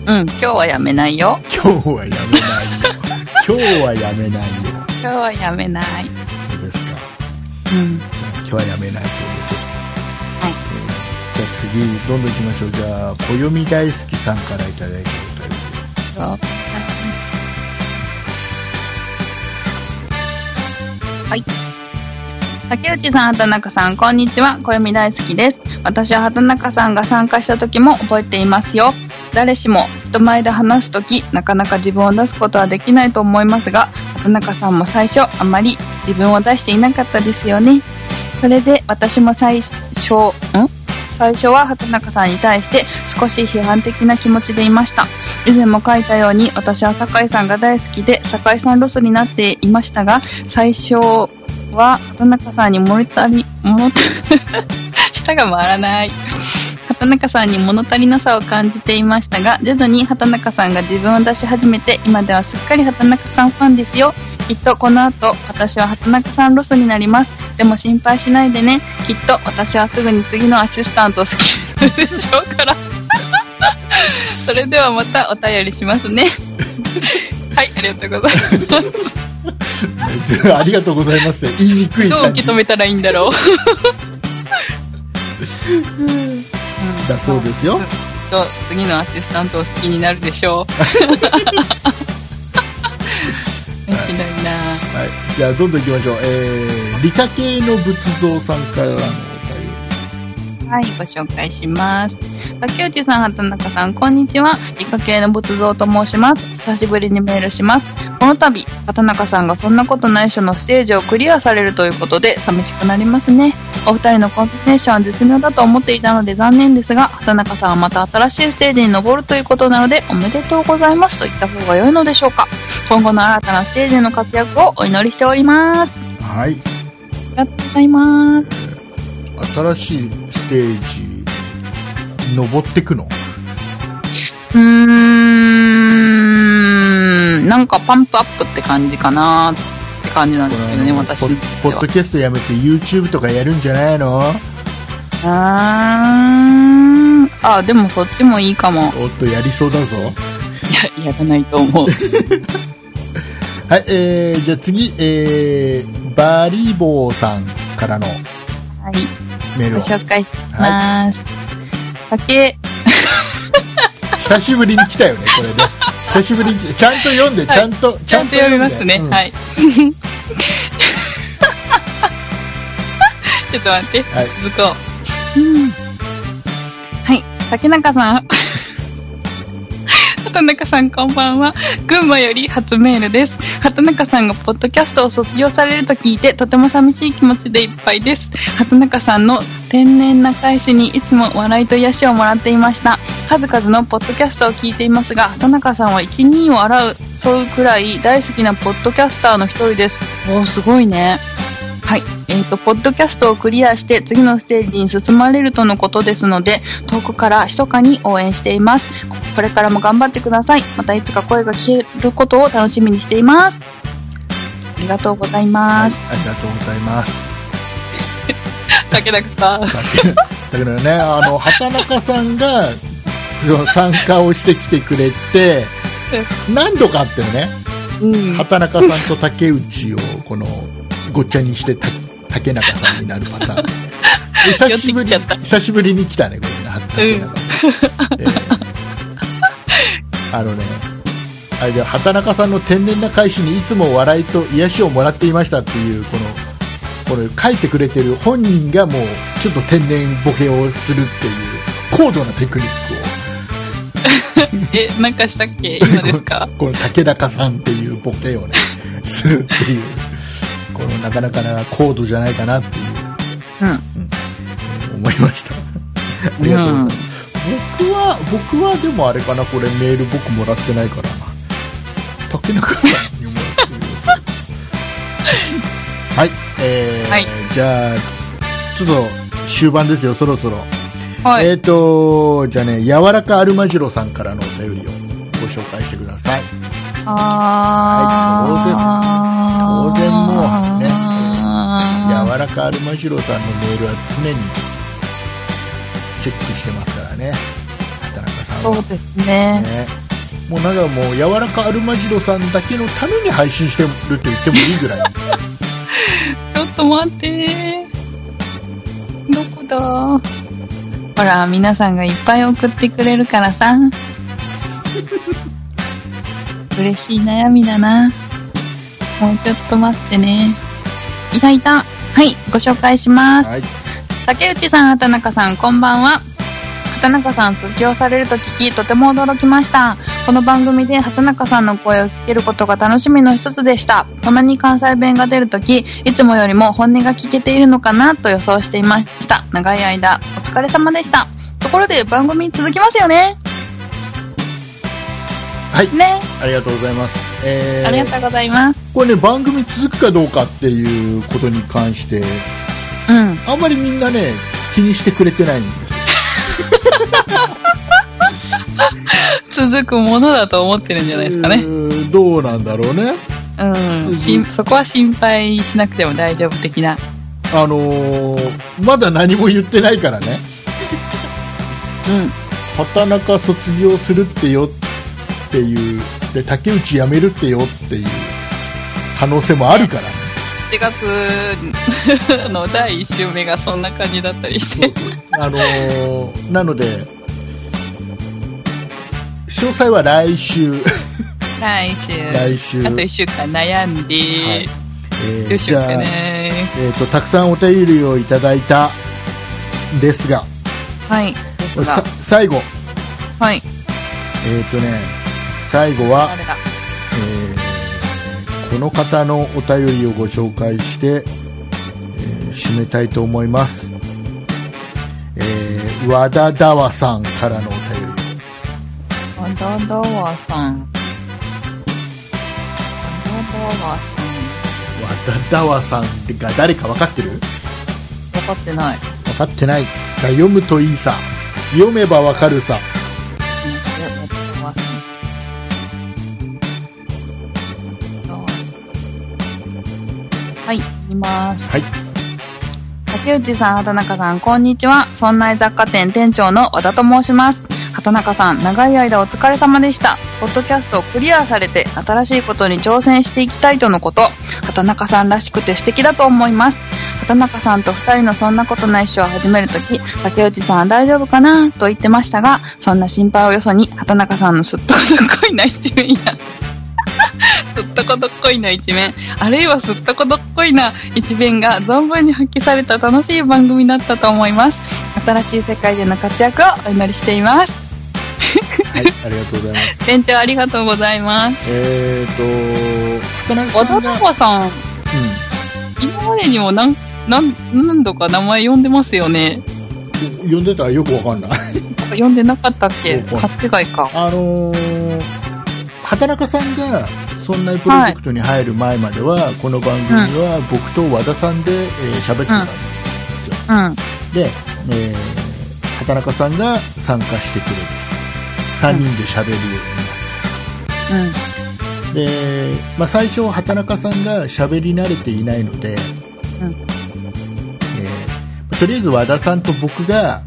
[SPEAKER 1] うん、今日はやめないよ。
[SPEAKER 2] 今日はやめない よ今日はやめないよ
[SPEAKER 1] 今日はやめない。
[SPEAKER 2] そうですか
[SPEAKER 1] うん。
[SPEAKER 2] 今日はやめないそうです
[SPEAKER 1] はい
[SPEAKER 2] じゃあ次どんどん行きましょうじゃあ暦大好きさんからいただいたお便り
[SPEAKER 1] そうはい。竹内さん、畑中さん、こんにちは。小読み大好きです。私は畑中さんが参加した時も覚えていますよ。誰しも人前で話す時、なかなか自分を出すことはできないと思いますが、畑中さんも最初、あまり自分を出していなかったですよね。それで私も最初、ん最初は畑中さんに対して少し批判的な気持ちでいました。以前も書いたように私は酒井さんが大好きで酒井さんロスになっていましたが最初は畑中さんに物足り 物足舌が回らない畑中さんに物足りなさを感じていましたが徐々に畑中さんが自分を出し始めて今ではすっかり畑中さんファンですよきっとこの後私は畑中さんロスになりますでも心配しないでねきっと私はすぐに次のアシスタントを好 きでしょ うからそれではまたお便りしますね。はい、ありがとうございます。
[SPEAKER 2] ありがとうございました言いにくい
[SPEAKER 1] どう
[SPEAKER 2] 感
[SPEAKER 1] 受
[SPEAKER 2] じ
[SPEAKER 1] け止めたらいいんだろう。うん
[SPEAKER 2] だそうですよ
[SPEAKER 1] と次のアシスタントを好きになるでし ょう。面白いなぁ。
[SPEAKER 2] はい、じゃあどんどんいきましょう、えー、理科系の仏像さんからのお便
[SPEAKER 1] はい、ご紹介します。竹内さん、畑中さん、こんにちは。理科系の仏像と申します。久しぶりにメールします。この度、畑中さんがそんなことない人のステージをクリアされるということで、寂しくなりますね。お二人のコンビネーションは絶妙だと思っていたので残念ですが、畑中さんはまた新しいステージに登るということなので、おめでとうございますと言った方が良いのでしょうか。今後の新たなステージの活躍をお祈りしております。あ
[SPEAKER 2] りはい
[SPEAKER 1] りがとうございます。
[SPEAKER 2] 新しいステージ登ってくの
[SPEAKER 1] うーんなんかパンプアップって感じかなって感じなんですけどね、私
[SPEAKER 2] ポ
[SPEAKER 1] に
[SPEAKER 2] ッ
[SPEAKER 1] とって
[SPEAKER 2] ポ
[SPEAKER 1] は
[SPEAKER 2] ッドキャストやめて YouTube とかやるんじゃないの
[SPEAKER 1] あーあ、でもそっちもいいかも。
[SPEAKER 2] おっとやりそうだぞ
[SPEAKER 1] いや、やらないと 思う。
[SPEAKER 2] はい、えー、じゃあ次、えー、バリボーさんからの
[SPEAKER 1] はい、
[SPEAKER 2] メー
[SPEAKER 1] ご
[SPEAKER 2] ルを
[SPEAKER 1] 紹介します。竹、
[SPEAKER 2] 久しぶりに来たよねこれね久しぶりに来ちゃんと読んで、
[SPEAKER 1] はい
[SPEAKER 2] ちゃんと、
[SPEAKER 1] ちゃんと読みますね。はい い。ちょっと待って、
[SPEAKER 2] はい
[SPEAKER 1] 続こう。はい、竹中さ ん。畑中さんこんばんは群馬より初メールです畑中さんがポッドキャストを卒業されると聞いてとても寂しい気持ちでいっぱいです畑中さんの天然な返しにいつも笑いと癒しをもらっていました数々のポッドキャストを聞いていますが畑中さんは一人を争うくらい大好きなポッドキャスターの一人ですおーすごいねはい。えっ、と、ポッドキャストをクリアして次のステージに進まれるとのことですので、遠くから密かに応援しています。これからも頑張ってください。またいつか声が消えることを楽しみにしています。ありがとうござい
[SPEAKER 2] は
[SPEAKER 1] ま
[SPEAKER 2] い
[SPEAKER 1] す。、
[SPEAKER 2] ありがとうございます
[SPEAKER 1] 竹中さん。
[SPEAKER 2] だけだけどね あの畑中さんがその参加をしてきてくれて何度かあってね
[SPEAKER 1] うん。
[SPEAKER 2] 畑中さんと竹内をこのごっちゃにしてた竹中さんになるパ ターン久しぶり
[SPEAKER 1] 寄ってきちゃった
[SPEAKER 2] 久しぶりに来たねこれね畑中さ ん、ええあのねあれで畑中さんの天然な返しにいつも笑いと癒しをもらっていましたっていうこのこれ書いてくれてる本人がもうちょっと天然ボケをするっていう高度なテクニックを
[SPEAKER 1] え、なんかしたっけ今ですか
[SPEAKER 2] この竹中さんっていうボケをねするっていうこのなかなかな高度じゃないかなっていう
[SPEAKER 1] うん。
[SPEAKER 2] 思いましたありがとうございます、僕は僕はでもあれかなこれメール僕もらってないからな竹中さんにもらってるはいえー
[SPEAKER 1] はい
[SPEAKER 2] じゃあちょっと終盤ですよそろそろ、
[SPEAKER 1] はい。
[SPEAKER 2] えっ、ー、とじゃあね柔らかアルマジロさんからのお便りをご紹介してください
[SPEAKER 1] あー
[SPEAKER 2] はい当然当然もうね
[SPEAKER 1] あー
[SPEAKER 2] 柔らかアルマジロさんのメールは常にチェックしてますからね畑中さん
[SPEAKER 1] そ
[SPEAKER 2] は
[SPEAKER 1] うですね。
[SPEAKER 2] ねもうなんかもう柔らかアルマジロさんだけのために配信してると言ってもいいぐらい
[SPEAKER 1] ちょっと待ってどこだほら、皆さんがいっぱい送ってくれるからさ。嬉しい悩みだな。もうちょっと待ってね。いたいた。はい、ご紹介します。
[SPEAKER 2] はい
[SPEAKER 1] 竹内さん、畑中さん、こんばんは。畑中さん卒業されると聞き、とても驚きました。この番組で畑中さんの声を聞けることが楽しみの一つでした。たまに関西弁が出るとき、いつもよりも本音が聞けているのかなと予想していました。長い間、お疲れ様でした。ところで番組続きますよね
[SPEAKER 2] はい
[SPEAKER 1] ね、
[SPEAKER 2] ありがとうございます、えー
[SPEAKER 1] ありがとうございます。
[SPEAKER 2] これね番組続くかどうかっていうことに関して
[SPEAKER 1] うん。
[SPEAKER 2] あんまりみんなね気にしてくれてないんです
[SPEAKER 1] 続くものだと思ってるんじゃないですか
[SPEAKER 2] う
[SPEAKER 1] ね。
[SPEAKER 2] ーんどうなんだろうね
[SPEAKER 1] うん。しんそこは心配しなくても大丈夫的な。
[SPEAKER 2] あのーまだ何も言ってないからね
[SPEAKER 1] うん。
[SPEAKER 2] 畑中卒業するってよっていうで竹内辞めるってよっていう可能性もあるから、
[SPEAKER 1] 7月の第1週目がそんな感じだったりして。
[SPEAKER 2] あのーなので詳細は来週、
[SPEAKER 1] 来週。
[SPEAKER 2] 来週、
[SPEAKER 1] あと1週間悩んで、
[SPEAKER 2] はいえ
[SPEAKER 1] ど
[SPEAKER 2] ー
[SPEAKER 1] うし
[SPEAKER 2] じ
[SPEAKER 1] よう
[SPEAKER 2] ゃ
[SPEAKER 1] か
[SPEAKER 2] あ、
[SPEAKER 1] ね。
[SPEAKER 2] えー、とたくさんお便りをいただいたんですが
[SPEAKER 1] はい。です
[SPEAKER 2] さ
[SPEAKER 1] が、
[SPEAKER 2] 最後
[SPEAKER 1] はい。
[SPEAKER 2] えっ、とね最後は
[SPEAKER 1] あ、れだ。
[SPEAKER 2] えーこの方のお便りをご紹介して、えー締めたいと思います、えー和田だわさんからのお便り
[SPEAKER 1] ワンダーダワーさん。ワンダーダワー
[SPEAKER 2] 和田だわさんってが誰か分かってる
[SPEAKER 1] さん。分かってない。
[SPEAKER 2] 分かってないが読むといいさ読めば分かるさ
[SPEAKER 1] はい、います。
[SPEAKER 2] はい
[SPEAKER 1] 竹内さん、畑中さん、こんにちは。村内雑貨店店長の和田と申します。畑中さん、長い間お疲れ様でした。ポッドキャストをクリアされて、新しいことに挑戦していきたいとのこと。畑中さんらしくて素敵だと思います。畑中さんと二人のそんなことないっしょを始めるとき、竹内さんは大丈夫かなと言ってましたが、そんな心配をよそに、畑中さんのすっとこどっこいな一面や、 すっとこどっこいな一面、あるいはすっとこどっこいな一面が存分に発揮された楽しい番組だったと思います。新しい世界での活躍をお祈りしています。
[SPEAKER 2] はいありがとうございます
[SPEAKER 1] 先長ありがとうございます。
[SPEAKER 2] えっと畑中
[SPEAKER 1] 和
[SPEAKER 2] さ
[SPEAKER 1] 田
[SPEAKER 2] んが、
[SPEAKER 1] パパさ
[SPEAKER 2] うん
[SPEAKER 1] ん、今までにも何、何、何度か名前呼んでますよね。
[SPEAKER 2] 読んでたらよく分かんない
[SPEAKER 1] 呼んでなかったっけ
[SPEAKER 2] そうか
[SPEAKER 1] 勝手がいか。
[SPEAKER 2] あのー畑中さんがそんなプロジェクトに入る前までは、この番組は僕と和田さんでえー喋、ってたんですよ、
[SPEAKER 1] うん。
[SPEAKER 2] で、えー畑中さんが参加してくれる3人で喋るよ
[SPEAKER 1] うん。
[SPEAKER 2] うになるで、まあ、最初畑中さんが喋り慣れていないので、
[SPEAKER 1] うん
[SPEAKER 2] えーとりあえず和田さんと僕が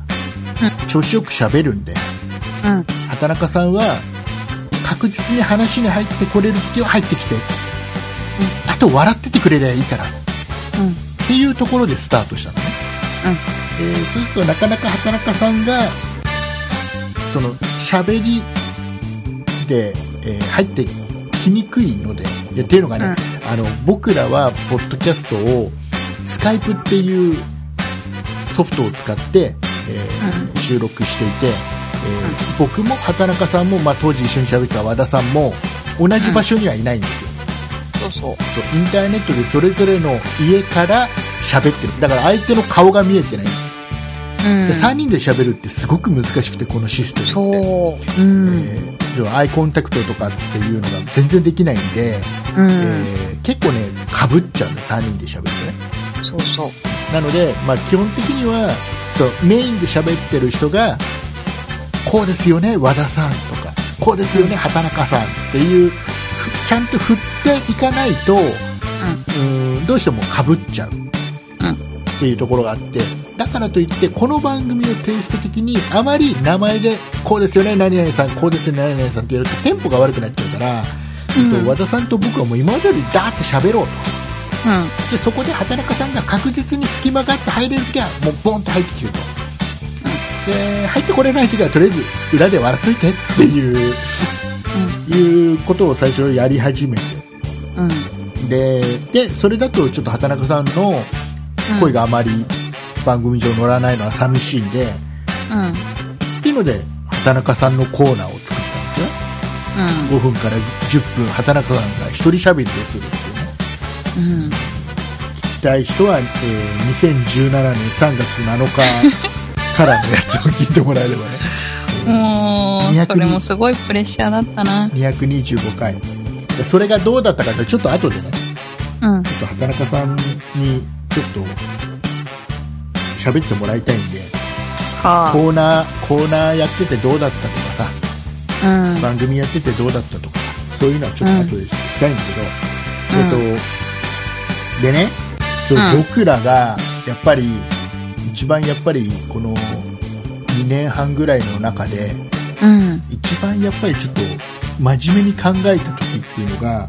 [SPEAKER 2] 調子よく喋るんで、
[SPEAKER 1] うん。
[SPEAKER 2] 畑中さんは確実に話に入ってこれる時は入ってきて、あと笑っててくれりゃいいからっていうところでスタートしたのね、えーそうするとなかなか畑中さんがその喋りで、えー入ってきにくいのでいやっていうのがね、あの僕らはポッドキャストをスカイプっていうソフトを使って、えー収録していて、えー僕も畑中さんも、まあ、当時一緒に喋ってた和田さんも同じ場所にはいないんです
[SPEAKER 1] そ
[SPEAKER 2] よ、
[SPEAKER 1] うそう。
[SPEAKER 2] そうインターネットでそれぞれの家から喋ってるだから相手の顔が見えてないんですよ、
[SPEAKER 1] うん
[SPEAKER 2] で。3人で喋るってすごく難しくてこのシステムって、
[SPEAKER 1] そう。う
[SPEAKER 2] え
[SPEAKER 1] ん。
[SPEAKER 2] ー要はアイコンタクトとかっていうのが全然できないんで、
[SPEAKER 1] うん。
[SPEAKER 2] えー結構ねかぶっちゃうんで3人で喋るとね
[SPEAKER 1] そうそう。
[SPEAKER 2] なので、まあ、基本的にはそうメインで喋ってる人がこうですよね和田さんとかこうですよね畑中さんっていうふちゃんと振っていかないと、うーんどうしてもかぶっちゃう、っていうところがあってだからといってこの番組のテイスト的にあまり名前でこうですよね何々さんこうですよね何々さんってやるとテンポが悪くなっちゃうから、えっと和田さんと僕はもう今までよりダーって喋ろうと。
[SPEAKER 1] うん。
[SPEAKER 2] でそこで畑中さんが確実に隙間があって入れるときはもうボンと入ってきると、で入ってこれないときはとりあえず裏で笑っといてっていう、いうことを最初やり始めて
[SPEAKER 1] うん。
[SPEAKER 2] ででそれだとちょっと畑中さんの声
[SPEAKER 1] が。
[SPEAKER 2] があまり番組上乗らないのは寂しいんで、
[SPEAKER 1] うん。うん。
[SPEAKER 2] っていうので畑中さんのコーナーを作ったんですよ5分から10分畑中さんが一人喋りをするっていうね
[SPEAKER 1] うん。
[SPEAKER 2] 聞きたい人は、えー2017年3月7日からのやつを聞いてもらえればね
[SPEAKER 1] も
[SPEAKER 2] 200
[SPEAKER 1] う、それもすごいプレッシャーだったな。
[SPEAKER 2] 225回それがどうだったかってちょっと後でね
[SPEAKER 1] うん。
[SPEAKER 2] ちょっと畑中さんにちょっと喋ってもらいたいんで
[SPEAKER 1] か。
[SPEAKER 2] コーナーコーナーやっててどうだったとかさ
[SPEAKER 1] うん。
[SPEAKER 2] 番組やっててどうだったとかそういうのはちょっと後で聞きたいんだけど、
[SPEAKER 1] うん
[SPEAKER 2] えっとでねそう
[SPEAKER 1] うん
[SPEAKER 2] 僕らがやっぱり一番やっぱりこの2年半ぐらいの中で
[SPEAKER 1] うん。
[SPEAKER 2] 一番やっぱりちょっと真面目に考えた時っていうのが、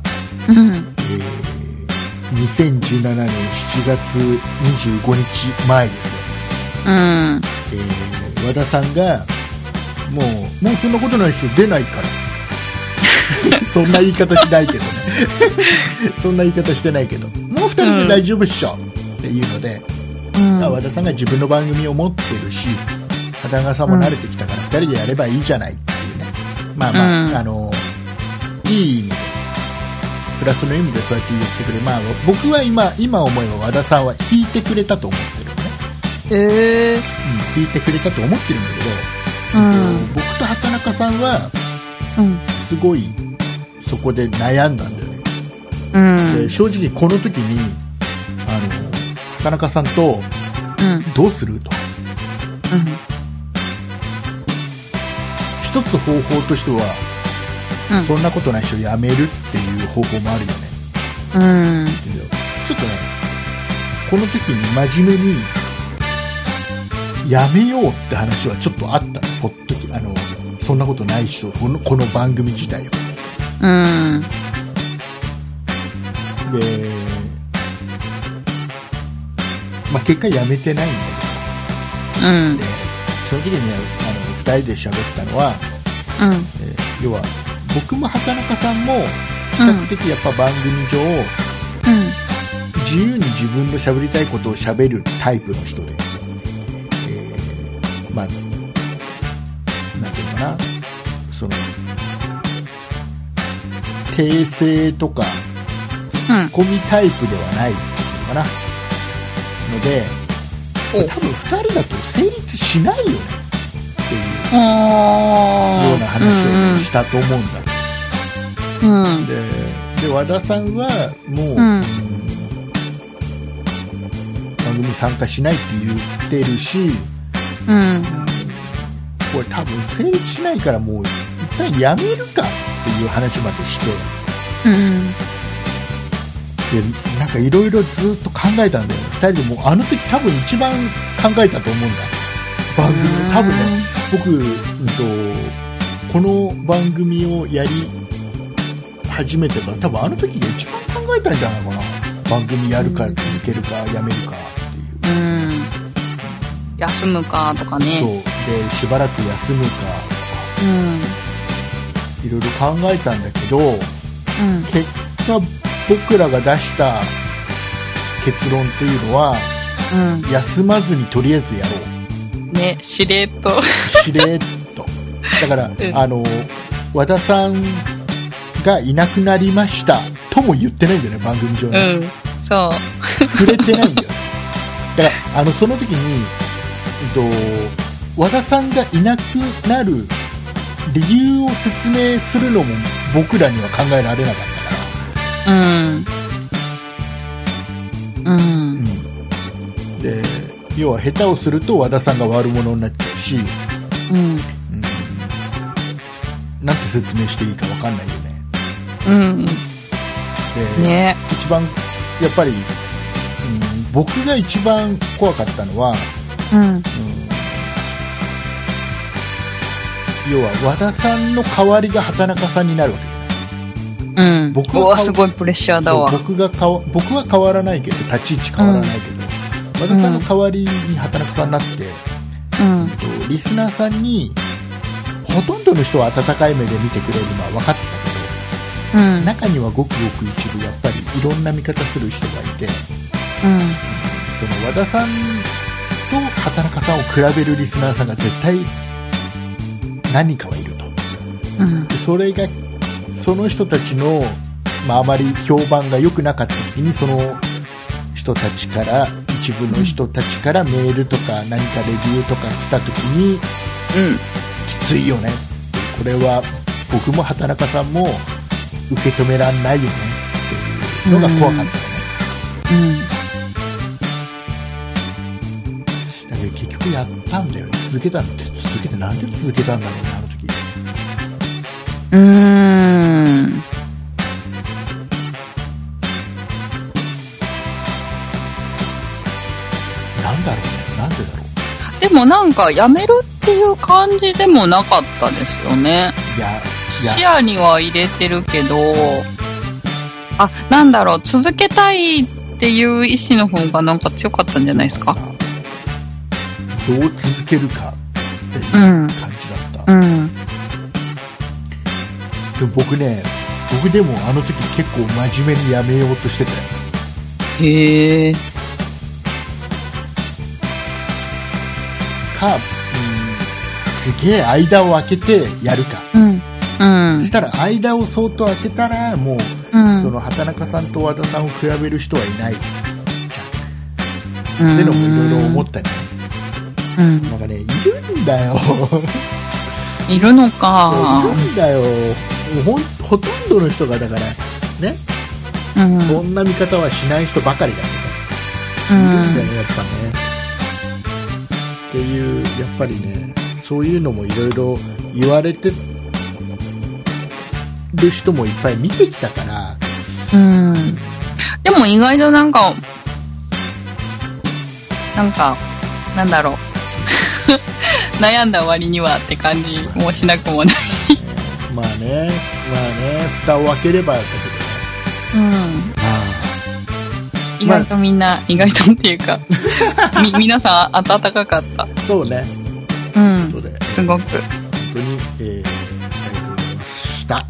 [SPEAKER 1] うん
[SPEAKER 2] えー2017年7月25日前ですよ、
[SPEAKER 1] うん
[SPEAKER 2] えー和田さんがもうもうそんなことないでしょ出ないから そんな言い方しないけどねそんな言い方してないけどもう2人で大丈夫っしょ、っていうので、
[SPEAKER 1] うん
[SPEAKER 2] 和田さんが自分の番組を持ってるし畑中さんも慣れてきたから2人でやればいいじゃないっていうねまあまあ、
[SPEAKER 1] うん
[SPEAKER 2] あのいい意味でプラスの意味でそうやって言ってくれる、まあ、僕は今今思えば和田さんは聞いてくれたと思ってるのね、
[SPEAKER 1] ええ
[SPEAKER 2] うん、聞いてくれたと思ってるんだけど、
[SPEAKER 1] うん
[SPEAKER 2] 僕と畑中さんは
[SPEAKER 1] うん
[SPEAKER 2] すごいそこで悩んだんだよね、
[SPEAKER 1] う
[SPEAKER 2] で
[SPEAKER 1] ん
[SPEAKER 2] 正直この時にあの畑中さんと
[SPEAKER 1] うん
[SPEAKER 2] どうすると一つ方法としては、
[SPEAKER 1] うん
[SPEAKER 2] そんなことない人やめるっていう方法もあるよね
[SPEAKER 1] うん
[SPEAKER 2] ちょっとねこの時に真面目にやめようって話はちょっとあったのポッドキあのそんなことない人このこの番組自体を
[SPEAKER 1] うん
[SPEAKER 2] で、まあ、結果やめてないんだ
[SPEAKER 1] うん
[SPEAKER 2] けど、その時にねあの2人で喋ったのは、
[SPEAKER 1] うん
[SPEAKER 2] えー要は僕も畑中さんも比較的やっぱ番組上、自由に自分の喋りたいことを喋るタイプの人で、えーまあなんていうのかなその訂正とか
[SPEAKER 1] うん
[SPEAKER 2] 込みタイプではないっていうのかなのでこれ多分2人だと成立しないよねっていう
[SPEAKER 1] おー
[SPEAKER 2] ような話をしたと思うんだ、
[SPEAKER 1] うんうん
[SPEAKER 2] でで和田さんはもう、
[SPEAKER 1] ん
[SPEAKER 2] うん番組に参加しないって言ってるし
[SPEAKER 1] うん
[SPEAKER 2] これ多分成立しないからもう一旦やめるかっていう話までして
[SPEAKER 1] うん
[SPEAKER 2] でなんかいろいろずっと考えたんだよ2人でもうあの時多分一番考えたと思うんだ番組
[SPEAKER 1] うん
[SPEAKER 2] 多分ね僕、うんと、この番組をやり始めてから多分あの時が一番考えたんじゃないかな番組やるか続けるかやめるかっていう
[SPEAKER 1] うん休むかとか
[SPEAKER 2] そう
[SPEAKER 1] ね
[SPEAKER 2] でしばらく休むか
[SPEAKER 1] うん
[SPEAKER 2] いろいろ考えたんだけど
[SPEAKER 1] うん
[SPEAKER 2] 結果僕らが出した結論っていうのは
[SPEAKER 1] う
[SPEAKER 2] 休まずにとりあえずやろう
[SPEAKER 1] うんねしれっと
[SPEAKER 2] しれっとだから、
[SPEAKER 1] ん
[SPEAKER 2] あの和田さんがいなくなりましたとも言ってないんだよね番組上
[SPEAKER 1] う
[SPEAKER 2] に、
[SPEAKER 1] んそう
[SPEAKER 2] 触れてないんだよだからあのその時に、えっと、和田さんがいなくなる理由を説明するのも僕らには考えられなかったから
[SPEAKER 1] うんうん
[SPEAKER 2] うん、で要は下手をすると和田さんが悪者になっちゃうし、
[SPEAKER 1] うん
[SPEAKER 2] うん、なんて説明していいか分かんないよね
[SPEAKER 1] うん
[SPEAKER 2] で
[SPEAKER 1] ね
[SPEAKER 2] 一番やっぱり、うん、僕が一番怖かったのは、
[SPEAKER 1] うん
[SPEAKER 2] うん、要は和田さんの代わりが畑中さんになるわけ
[SPEAKER 1] うん
[SPEAKER 2] 僕
[SPEAKER 1] うわすごいプレッシャーだわ
[SPEAKER 2] そう僕がかわ僕は変わらないけど立ち位置変わらないけど、和田さんの代わりに畑中さんになって、
[SPEAKER 1] うん
[SPEAKER 2] とリスナーさんにほとんどの人は温かい目で見てくれるのは分かってたけど
[SPEAKER 1] うんうん
[SPEAKER 2] 中にはごくごく一部やっぱりいろんな見方する人がいてその和田さんと畑中さんを比べるリスナーさんが絶対何かはいると
[SPEAKER 1] うん
[SPEAKER 2] でそれがその人たちの、まあ、あまり評判が良くなかった時にその人たちから一部の人たちからメールとか何かレビューとか来た時に
[SPEAKER 1] うん
[SPEAKER 2] きついよねこれは僕も畑中さんも受け止めらんないよねっていうのが怖かったよね、だけど結局やったんだよね続けたんだって続けてなんで続けたんだろうねあの時
[SPEAKER 1] うんうん
[SPEAKER 2] なんだろうねなんでだろう
[SPEAKER 1] でもなんかやめるっていう感じでもなかったですよね
[SPEAKER 2] いや
[SPEAKER 1] 視野には入れてるけど、あ、なんだろう、続けたいっていう意志の方がなんか強かったんじゃないですか
[SPEAKER 2] どう続けるかっていう
[SPEAKER 1] うん
[SPEAKER 2] 感じだった、
[SPEAKER 1] うん。
[SPEAKER 2] でも僕ね僕でもあの時結構真面目にやめようとしてたよ
[SPEAKER 1] へえ。
[SPEAKER 2] か、うん、すげえ間を空けてやるか、
[SPEAKER 1] うん。うん
[SPEAKER 2] そし。たら間を相当空けたらもう、
[SPEAKER 1] うん。
[SPEAKER 2] その畑中さんと和田さんを比べる人はいないって
[SPEAKER 1] うん
[SPEAKER 2] いうのもいろいろ思ったり、ね
[SPEAKER 1] うん。
[SPEAKER 2] なんかねいるんだよ
[SPEAKER 1] いるのか。
[SPEAKER 2] いるんだよもうほんほとんどの人がだからね、
[SPEAKER 1] うん。
[SPEAKER 2] そんな見方はしない人ばかりだけど
[SPEAKER 1] う
[SPEAKER 2] いるんだよ
[SPEAKER 1] ん。
[SPEAKER 2] ねやっぱね。っていうやっぱりねそういうのもいろいろ言われてる人もいっぱい見てきたから
[SPEAKER 1] うん。でも意外となんか、なんか、なんだろう。 悩んだ割にはって感じもしなくもない。
[SPEAKER 2] まあねまあね蓋を開ければだけ
[SPEAKER 1] うん。
[SPEAKER 2] ど
[SPEAKER 1] 意外とみんな、意外とっていう か、み、皆さん温かかった。
[SPEAKER 2] ねそうね
[SPEAKER 1] うん。
[SPEAKER 2] そうで本
[SPEAKER 1] すごく。
[SPEAKER 2] 当に、えー、ありがとうございました、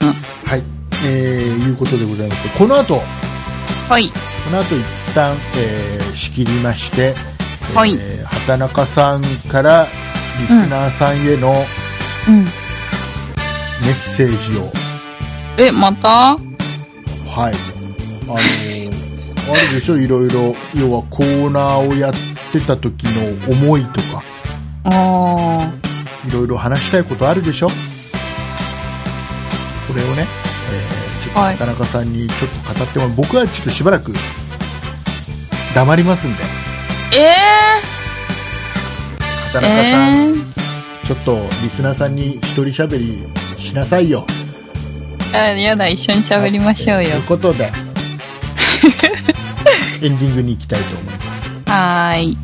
[SPEAKER 1] うん
[SPEAKER 2] はいえー、いうことでございましてこの後こ
[SPEAKER 1] はい。
[SPEAKER 2] の後一旦、えー仕切りまして、えー
[SPEAKER 1] はい
[SPEAKER 2] 畑中さんからリスナーさんへの、
[SPEAKER 1] うん。
[SPEAKER 2] メッセージを、
[SPEAKER 1] え、また
[SPEAKER 2] はい、あのーあるでしょ、いろいろ、要はコーナーをやってた時の思いとか、
[SPEAKER 1] あー。
[SPEAKER 2] いろいろ話したいことあるでしょ、これをね、えーちょっと
[SPEAKER 1] はい
[SPEAKER 2] 田中さんにちょっと語ってもらう、僕はちょっとしばらく黙りますんで、
[SPEAKER 1] え
[SPEAKER 2] 田
[SPEAKER 1] ー、
[SPEAKER 2] 中さん、
[SPEAKER 1] えー
[SPEAKER 2] ちょっとリスナーさんに一人喋りしなさいよ。
[SPEAKER 1] あ、やだ、一緒に喋りましょうよ
[SPEAKER 2] という。こ とで、エンディングに行きたいと思います。
[SPEAKER 1] はーい。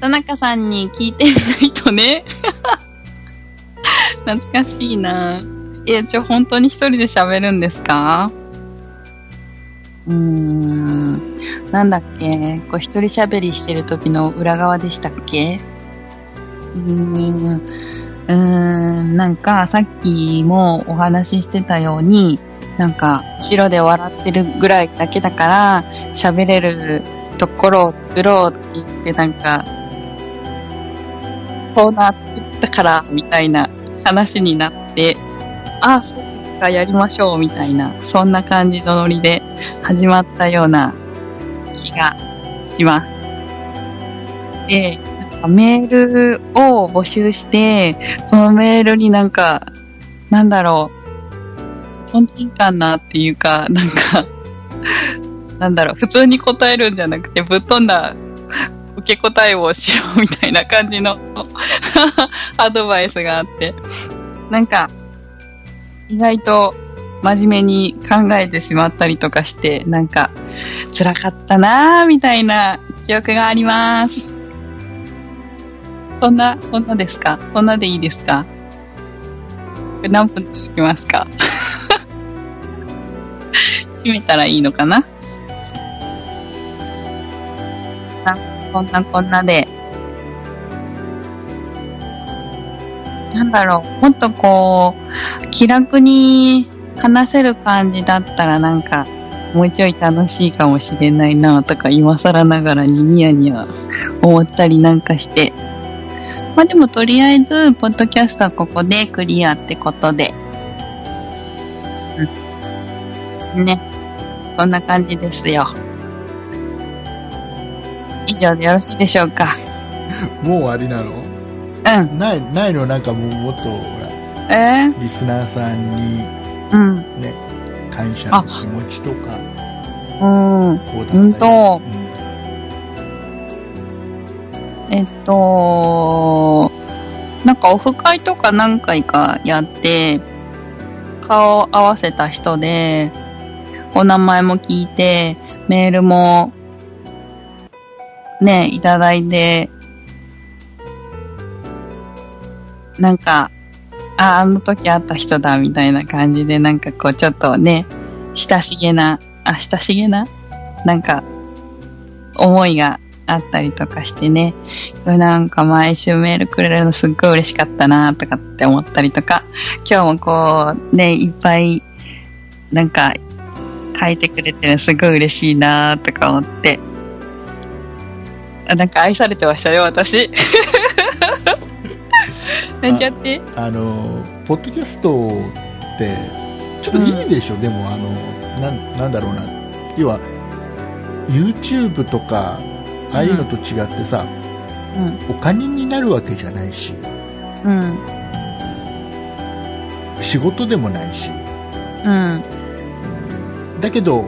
[SPEAKER 1] 田中さんに聞いてみないとね。 懐かしいな。いや、ちょ、本当に一人で喋るんですかうーん。なんだっけこう一人喋りしてる時の裏側でしたっけうーん。うーん。なんか、さっきもお話ししてたように、なんか、後ろで笑ってるぐらいだけだから、喋れるところを作ろうって言って、なんか、コーナー作ったから、みたいな話になって、ああ、そうですか、やりましょう、みたいな、そんな感じのノリで始まったような気がします。で、なんかメールを募集して、そのメールになんか、なんだろう、とんちんかんなっていうか、なんか、 なんだろう、普通に答えるんじゃなくて、ぶっ飛んだ受け答えをしろみたいな感じの アドバイスがあって、なんか、意外と真面目に考えてしまったりとかして、なんか、辛かったなぁ、みたいな記憶があります。そんな、そんなですかそんなでいいですかこれ何分続きますか 閉めたらいいのかなこんなこんなで。なんだろう、もっとこう、気楽に話せる感じだったらなんか、もうちょい楽しいかもしれないなとか、今更ながらにニヤニヤ思ったりなんかして。まあでもとりあえず、ポッドキャストはここでクリアってことで。うんね。そんな感じですよ。以上でよろしいでしょうか。
[SPEAKER 2] もう終わりなの
[SPEAKER 1] うん。
[SPEAKER 2] ないないのなんかもうもっとほら
[SPEAKER 1] え
[SPEAKER 2] リスナーさんに
[SPEAKER 1] ー、うん。
[SPEAKER 2] ね感謝の気持ちとか
[SPEAKER 1] うん。
[SPEAKER 2] こうだったり
[SPEAKER 1] 本当
[SPEAKER 2] うん
[SPEAKER 1] えっと、なんかオフ会とか何回かやって、顔を合わせた人で、お名前も聞いて、メールも、ね、いただいて、なんか、ああ、あの時会った人だ、みたいな感じで、なんかこう、ちょっとね、親しげな、あ、親しげななんか、思いがあったりとかしてね、なんか毎週メールくれるのすっごい嬉しかったなとかって思ったりとか、今日もこうね、いっぱいなんか書いてくれてるのすごい嬉しいなとか思って、あなんか愛されてましたよ、 私。なんちゃって。
[SPEAKER 2] あのポッドキャストってちょっといいでしょ、でもあのなんなんだろうな要は YouTube とかああいうのと違ってさ、
[SPEAKER 1] うん、
[SPEAKER 2] お金になるわけじゃないし
[SPEAKER 1] うん、
[SPEAKER 2] 仕事でもないし
[SPEAKER 1] うん、
[SPEAKER 2] だけど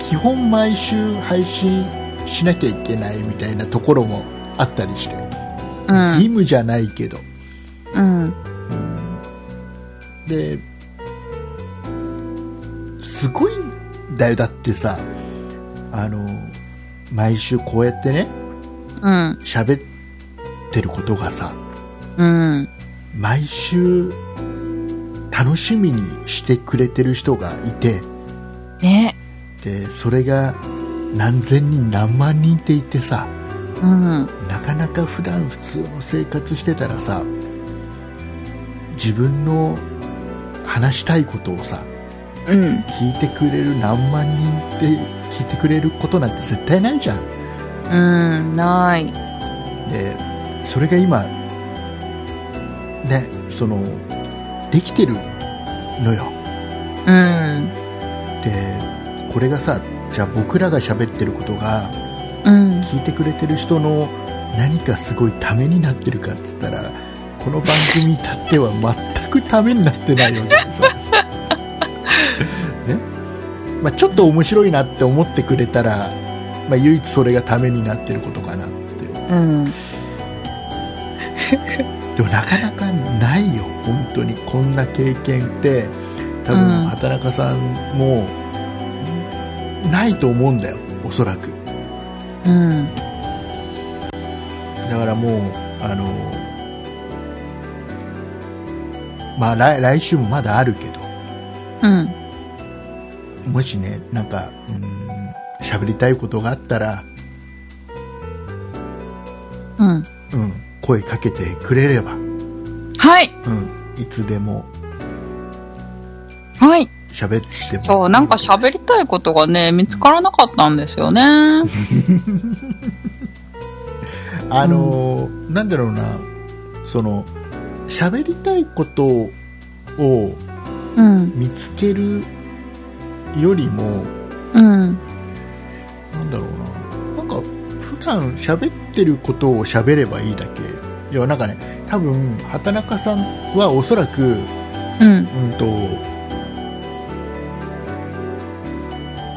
[SPEAKER 2] 基本毎週配信しなきゃいけないみたいなところもあったりして、
[SPEAKER 1] う
[SPEAKER 2] 義
[SPEAKER 1] ん、
[SPEAKER 2] 務じゃないけど
[SPEAKER 1] うん、
[SPEAKER 2] ですごいんだよだってさあの毎週こうやってね
[SPEAKER 1] うん、
[SPEAKER 2] 喋ってることがさ
[SPEAKER 1] うん、
[SPEAKER 2] 毎週楽しみにしてくれてる人がいて
[SPEAKER 1] ね、
[SPEAKER 2] でそれが何千人何万人っていてさ
[SPEAKER 1] うん、
[SPEAKER 2] なかなか普段普通の生活してたらさ自分の話したいことをさ
[SPEAKER 1] うん、
[SPEAKER 2] 聞いてくれる何万人って聞いてくれることなんて絶対ないじゃん
[SPEAKER 1] うん、ない。
[SPEAKER 2] でそれが今ねそのできてるのよ
[SPEAKER 1] うん、
[SPEAKER 2] でこれがさじゃあ僕らが喋ってることが
[SPEAKER 1] うん。
[SPEAKER 2] 聞いてくれてる人の何かすごいためになってるかっつったらこの番組に至っては全くためになってないわけでさ、ねまあ、ちょっと面白いなって思ってくれたら、まあ、唯一それがためになってることかなって
[SPEAKER 1] うん。
[SPEAKER 2] でもなかなかないよ本当にこんな経験って多
[SPEAKER 1] うん
[SPEAKER 2] 分畑中さんもないと思うんだよおそらく
[SPEAKER 1] うん。
[SPEAKER 2] だからもう、あの、まあ来来週もまだあるけど、
[SPEAKER 1] うん。
[SPEAKER 2] もしね、なんか、うーん、喋りたいことがあったら、
[SPEAKER 1] うん。
[SPEAKER 2] うん、声かけてくれれば、う
[SPEAKER 1] はい。
[SPEAKER 2] ん、いつでも
[SPEAKER 1] はい。
[SPEAKER 2] 喋っても。
[SPEAKER 1] そう、なんか喋りたいことがね、見つからなかったんですよね。
[SPEAKER 2] あの、なんだろうな、その、喋りたいことを
[SPEAKER 1] うん。
[SPEAKER 2] 見つけるよりも、
[SPEAKER 1] うん。
[SPEAKER 2] なんだろうな、なんか普段喋ってることを喋ればいいだけ、いやなんかね、多分畑中さんはおそらく、うん
[SPEAKER 1] うん。
[SPEAKER 2] と、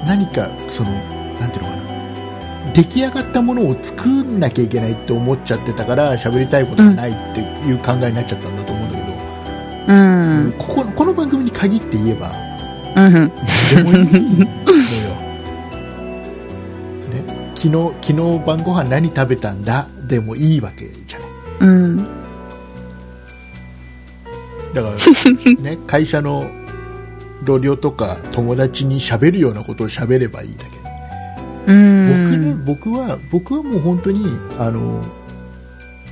[SPEAKER 2] 何かその、なんていうのかな、出来上がったものを作んなきゃいけないって思っちゃってたから、喋りたいことがないっていう考えになっちゃったんだと思うんだけど、
[SPEAKER 1] う
[SPEAKER 2] うん
[SPEAKER 1] ん。
[SPEAKER 2] こここの番組に限って言えば、
[SPEAKER 1] うん。
[SPEAKER 2] でもいいのよ、ね、昨日昨日晩ご飯何食べたんだでもいいわけじゃない
[SPEAKER 1] うん。
[SPEAKER 2] だか ら、ね、会社の同僚とか友達に喋るようなことを喋ればいいだけ、
[SPEAKER 1] う
[SPEAKER 2] 僕ね
[SPEAKER 1] ん。
[SPEAKER 2] 僕は僕はもう本当にあの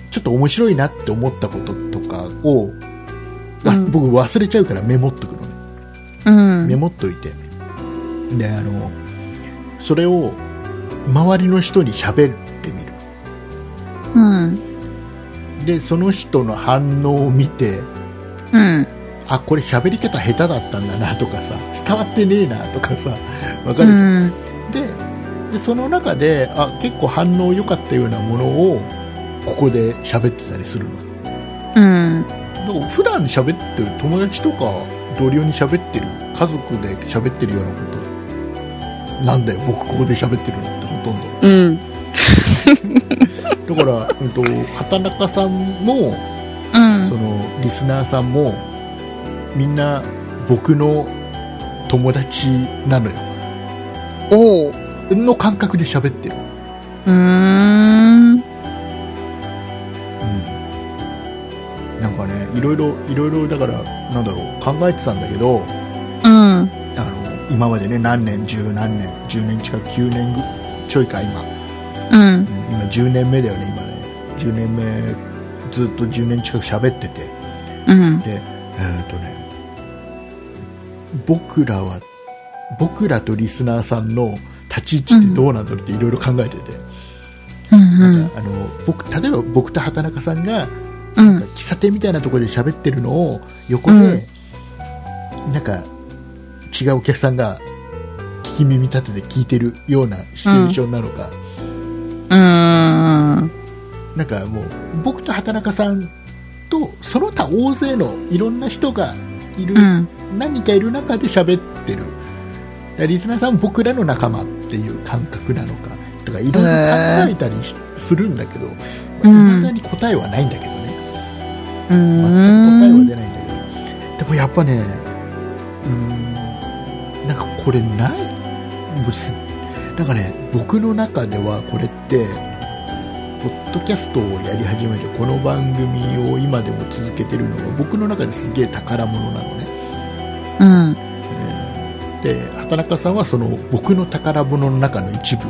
[SPEAKER 2] ちょっと面白いなって思ったこととかを、わ
[SPEAKER 1] うん
[SPEAKER 2] 僕忘れちゃうからメモっとくのね
[SPEAKER 1] うん。
[SPEAKER 2] メモっといてであのそれを周りの人に喋ってみる
[SPEAKER 1] うん。
[SPEAKER 2] でその人の反応を見て
[SPEAKER 1] うん。
[SPEAKER 2] あこれ喋り方下手だったんだなとかさ伝わってねえなとかさわか
[SPEAKER 1] う
[SPEAKER 2] るじゃん、
[SPEAKER 1] ん。
[SPEAKER 2] ででその中であ結構反応良かったようなものをここで喋ってたりするの
[SPEAKER 1] うん。
[SPEAKER 2] だから普段喋ってる友達とか同僚に喋ってる家族で喋ってるようなことなんだよ僕ここで喋ってるのってほとんど
[SPEAKER 1] うん。
[SPEAKER 2] だから、うん、と畑中さんも
[SPEAKER 1] うん
[SPEAKER 2] そ。のリスナーさんもみんな僕の友達なのよ
[SPEAKER 1] おう。
[SPEAKER 2] の感覚で喋ってる、
[SPEAKER 1] うーん。
[SPEAKER 2] うん、なんかねいろいろいろいろだからなんだろう考えてたんだけど
[SPEAKER 1] うん。
[SPEAKER 2] あの今までね何年十何年10年近く9年ちょいか今
[SPEAKER 1] うん。
[SPEAKER 2] うん今10年目だよね今ね10年目ずっと10年近く喋ってて
[SPEAKER 1] うん。
[SPEAKER 2] でえーっとね僕らは僕らとリスナーさんの立ち位置ってどうなんだろうっていろいろ考えてて、
[SPEAKER 1] うん。う
[SPEAKER 2] なん
[SPEAKER 1] ん
[SPEAKER 2] かあの僕例えば僕と畑中さんが
[SPEAKER 1] うん。
[SPEAKER 2] 喫茶店みたいなところで喋ってるのを横で、なんか違うお客さんが聞き耳立てて聞いてるようなシチュエーションなのか、
[SPEAKER 1] うーん。
[SPEAKER 2] なんかもう僕と畑中さんとその他大勢のいろんな人がいる、
[SPEAKER 1] うん。
[SPEAKER 2] 何人かいる中で喋ってるだからリスナーさんも僕らの仲間っていう感覚なのかとかいろいろ考えたりしするんだけどい
[SPEAKER 1] うん
[SPEAKER 2] まだに答えはないんだけどね、
[SPEAKER 1] う
[SPEAKER 2] 全く答えは
[SPEAKER 1] ん。
[SPEAKER 2] 出ないんだけどでもやっぱねうーんなんかこれないもうすなんかね僕の中ではこれってポッドキャストをやり始めてこの番組を今でも続けてるのが僕の中ですげえ宝物なのね、
[SPEAKER 1] うん。
[SPEAKER 2] うんで畑中さんはその僕の宝物の中の一部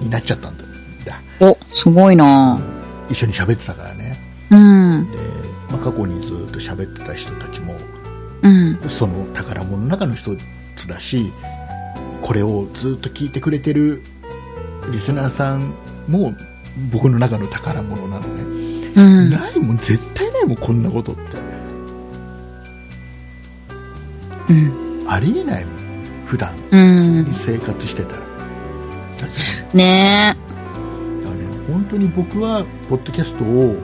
[SPEAKER 2] になっちゃったんだ
[SPEAKER 1] お、すごいな
[SPEAKER 2] 一緒に喋ってたからね
[SPEAKER 1] うん。
[SPEAKER 2] で、まあ、過去にずっと喋ってた人たちも
[SPEAKER 1] うん。
[SPEAKER 2] その宝物の中の一つだしこれをずっと聞いてくれてるリスナーさんも僕の中の宝物なのね、
[SPEAKER 1] うん。
[SPEAKER 2] ないもん絶対ないもんこんなことって
[SPEAKER 1] うん。
[SPEAKER 2] ありえないもん普段
[SPEAKER 1] う
[SPEAKER 2] 普通に
[SPEAKER 1] ん。
[SPEAKER 2] 生活してたら、だから
[SPEAKER 1] ね
[SPEAKER 2] あのね本当に僕はポッドキャストを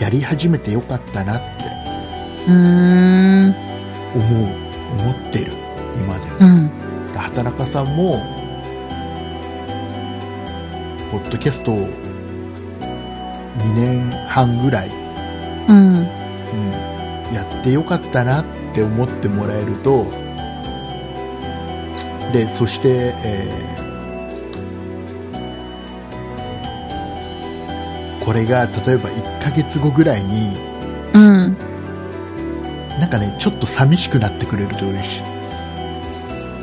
[SPEAKER 2] やり始めてよかったなって
[SPEAKER 1] え。うーん。
[SPEAKER 2] 思う思ってる今でも
[SPEAKER 1] うん。
[SPEAKER 2] 畑中さんもポッドキャストを2年半ぐらい、うん
[SPEAKER 1] うん。
[SPEAKER 2] やってよかったなって思ってもらえるとでそして、えーこれが例えば1ヶ月後ぐらいに
[SPEAKER 1] うん。
[SPEAKER 2] なんかねちょっと寂しくなってくれると嬉しい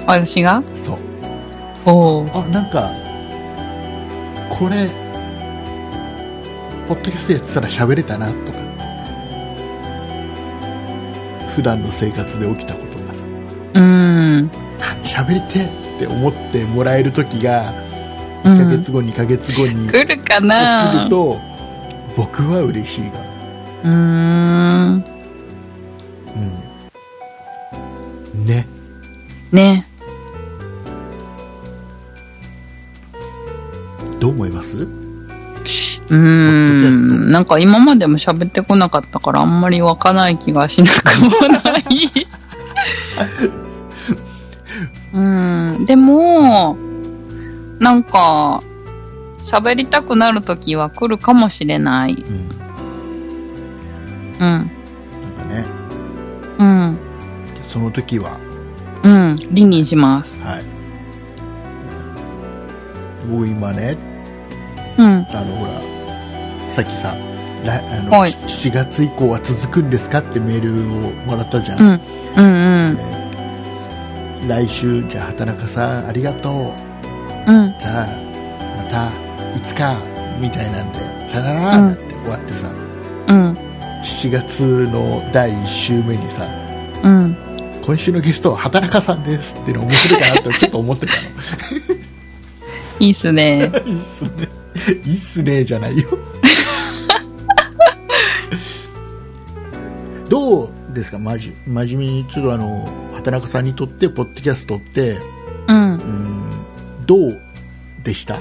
[SPEAKER 1] 私が
[SPEAKER 2] そう
[SPEAKER 1] おう。
[SPEAKER 2] あなんかこれポッドキャストやってたら喋れたなとか普段の生活で起きたことがさ
[SPEAKER 1] うん。
[SPEAKER 2] あ喋りてえって思ってもらえる時が1
[SPEAKER 1] うん
[SPEAKER 2] ヶ月後、2ヶ月後に起
[SPEAKER 1] 来るか
[SPEAKER 2] き
[SPEAKER 1] な
[SPEAKER 2] ると僕は嬉しいが、
[SPEAKER 1] うーん。
[SPEAKER 2] うん、ね
[SPEAKER 1] ね。
[SPEAKER 2] どう思います
[SPEAKER 1] うーん。なんか今までも喋ってこなかったからあんまり湧かない気がしなくもない。 うん。でも、なんか、喋りたくなる時は来るかもしれない。
[SPEAKER 2] うんな
[SPEAKER 1] うん。
[SPEAKER 2] んかね
[SPEAKER 1] うん。
[SPEAKER 2] その時は
[SPEAKER 1] うん。理にします。
[SPEAKER 2] はい僕今ね
[SPEAKER 1] うん。
[SPEAKER 2] あのほらさっきさ来あの、
[SPEAKER 1] はい
[SPEAKER 2] 7月以降は続くんですかってメールをもらったじゃ、
[SPEAKER 1] うんん。うん
[SPEAKER 2] 来週じゃあ畑中さんありがとう
[SPEAKER 1] うん。うん。
[SPEAKER 2] じゃあまたいつかみたいなんでさよなら
[SPEAKER 1] うん
[SPEAKER 2] なんて終わってさ、
[SPEAKER 1] うん。
[SPEAKER 2] 7月の第1週目にさ
[SPEAKER 1] うん。
[SPEAKER 2] 今週のゲストは畑中さんですっていうの面白いかなとちょっと思ってたの
[SPEAKER 1] いいっす ね。
[SPEAKER 2] いいっすねいいっすねじゃないよ どうですかまじ真面目にちょっとあの畑中さんにとってポッドキャストって
[SPEAKER 1] うん。
[SPEAKER 2] うんどうでした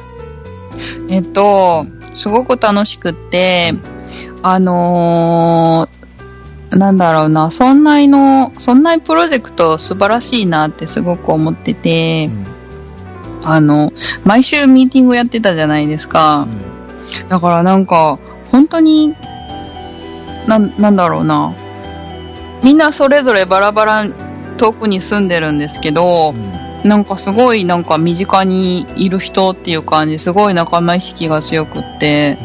[SPEAKER 1] えっと、すごく楽しくって、あのーなんだろうな、そんないの、そんないプロジェクト素晴らしいなってすごく思って
[SPEAKER 2] う
[SPEAKER 1] て、
[SPEAKER 2] ん
[SPEAKER 1] あの、毎週ミーティングやってたじゃないですか。だからなんか、本当に、なん、なんだろうな、みんなそれぞれバラバラ遠くに住んでるんですけど、
[SPEAKER 2] うん
[SPEAKER 1] なんかすごいなんか身近にいる人っていう感じ、すごい仲間意識が強くって、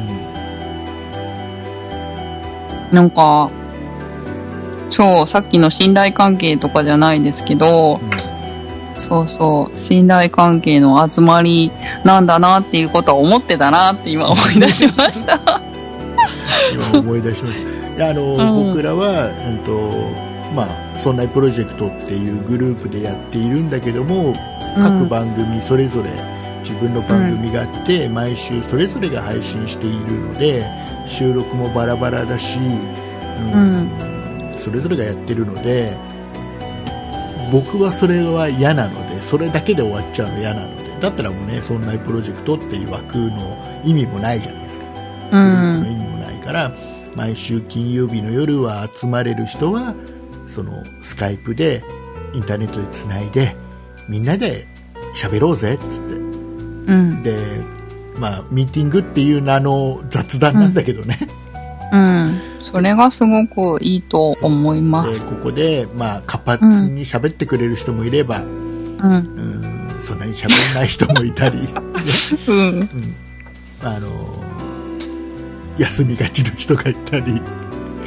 [SPEAKER 1] なんか、そう、さっきの信頼関係とかじゃないですけど、そうそう、信頼関係の集まりなんだなっていうことは思ってたなって今思い出しました。
[SPEAKER 2] 今思い出しましたであの、
[SPEAKER 1] うん
[SPEAKER 2] 僕らは、うんとまあ、そんなプロジェクトっていうグループでやっているんだけども各番組それぞれ自分の番組があって、毎週それぞれが配信しているので収録もバラバラだし、うんそれぞれがやってるので僕はそれは嫌なのでそれだけで終わっちゃうの嫌なのでだったらもうね「そんなプロジェクト」っていう枠の意味もないじゃないですか。
[SPEAKER 1] う
[SPEAKER 2] グル
[SPEAKER 1] ん
[SPEAKER 2] ープの。意味もないから毎週金曜日の夜は集まれる人はそのスカイプでインターネットでつないでみんなで喋ろうぜっつっ
[SPEAKER 1] うん。
[SPEAKER 2] てで、まあ、ミーティングっていう名の雑談なんだけどね、
[SPEAKER 1] うん。それがすごくいいと思いま。
[SPEAKER 2] ですここで、まあ、活発に喋ってくれる人もいれば、うん、
[SPEAKER 1] うん。
[SPEAKER 2] そんなに喋んない人もいたり、 ね
[SPEAKER 1] うん。
[SPEAKER 2] うんあの休みがちの人がいたり、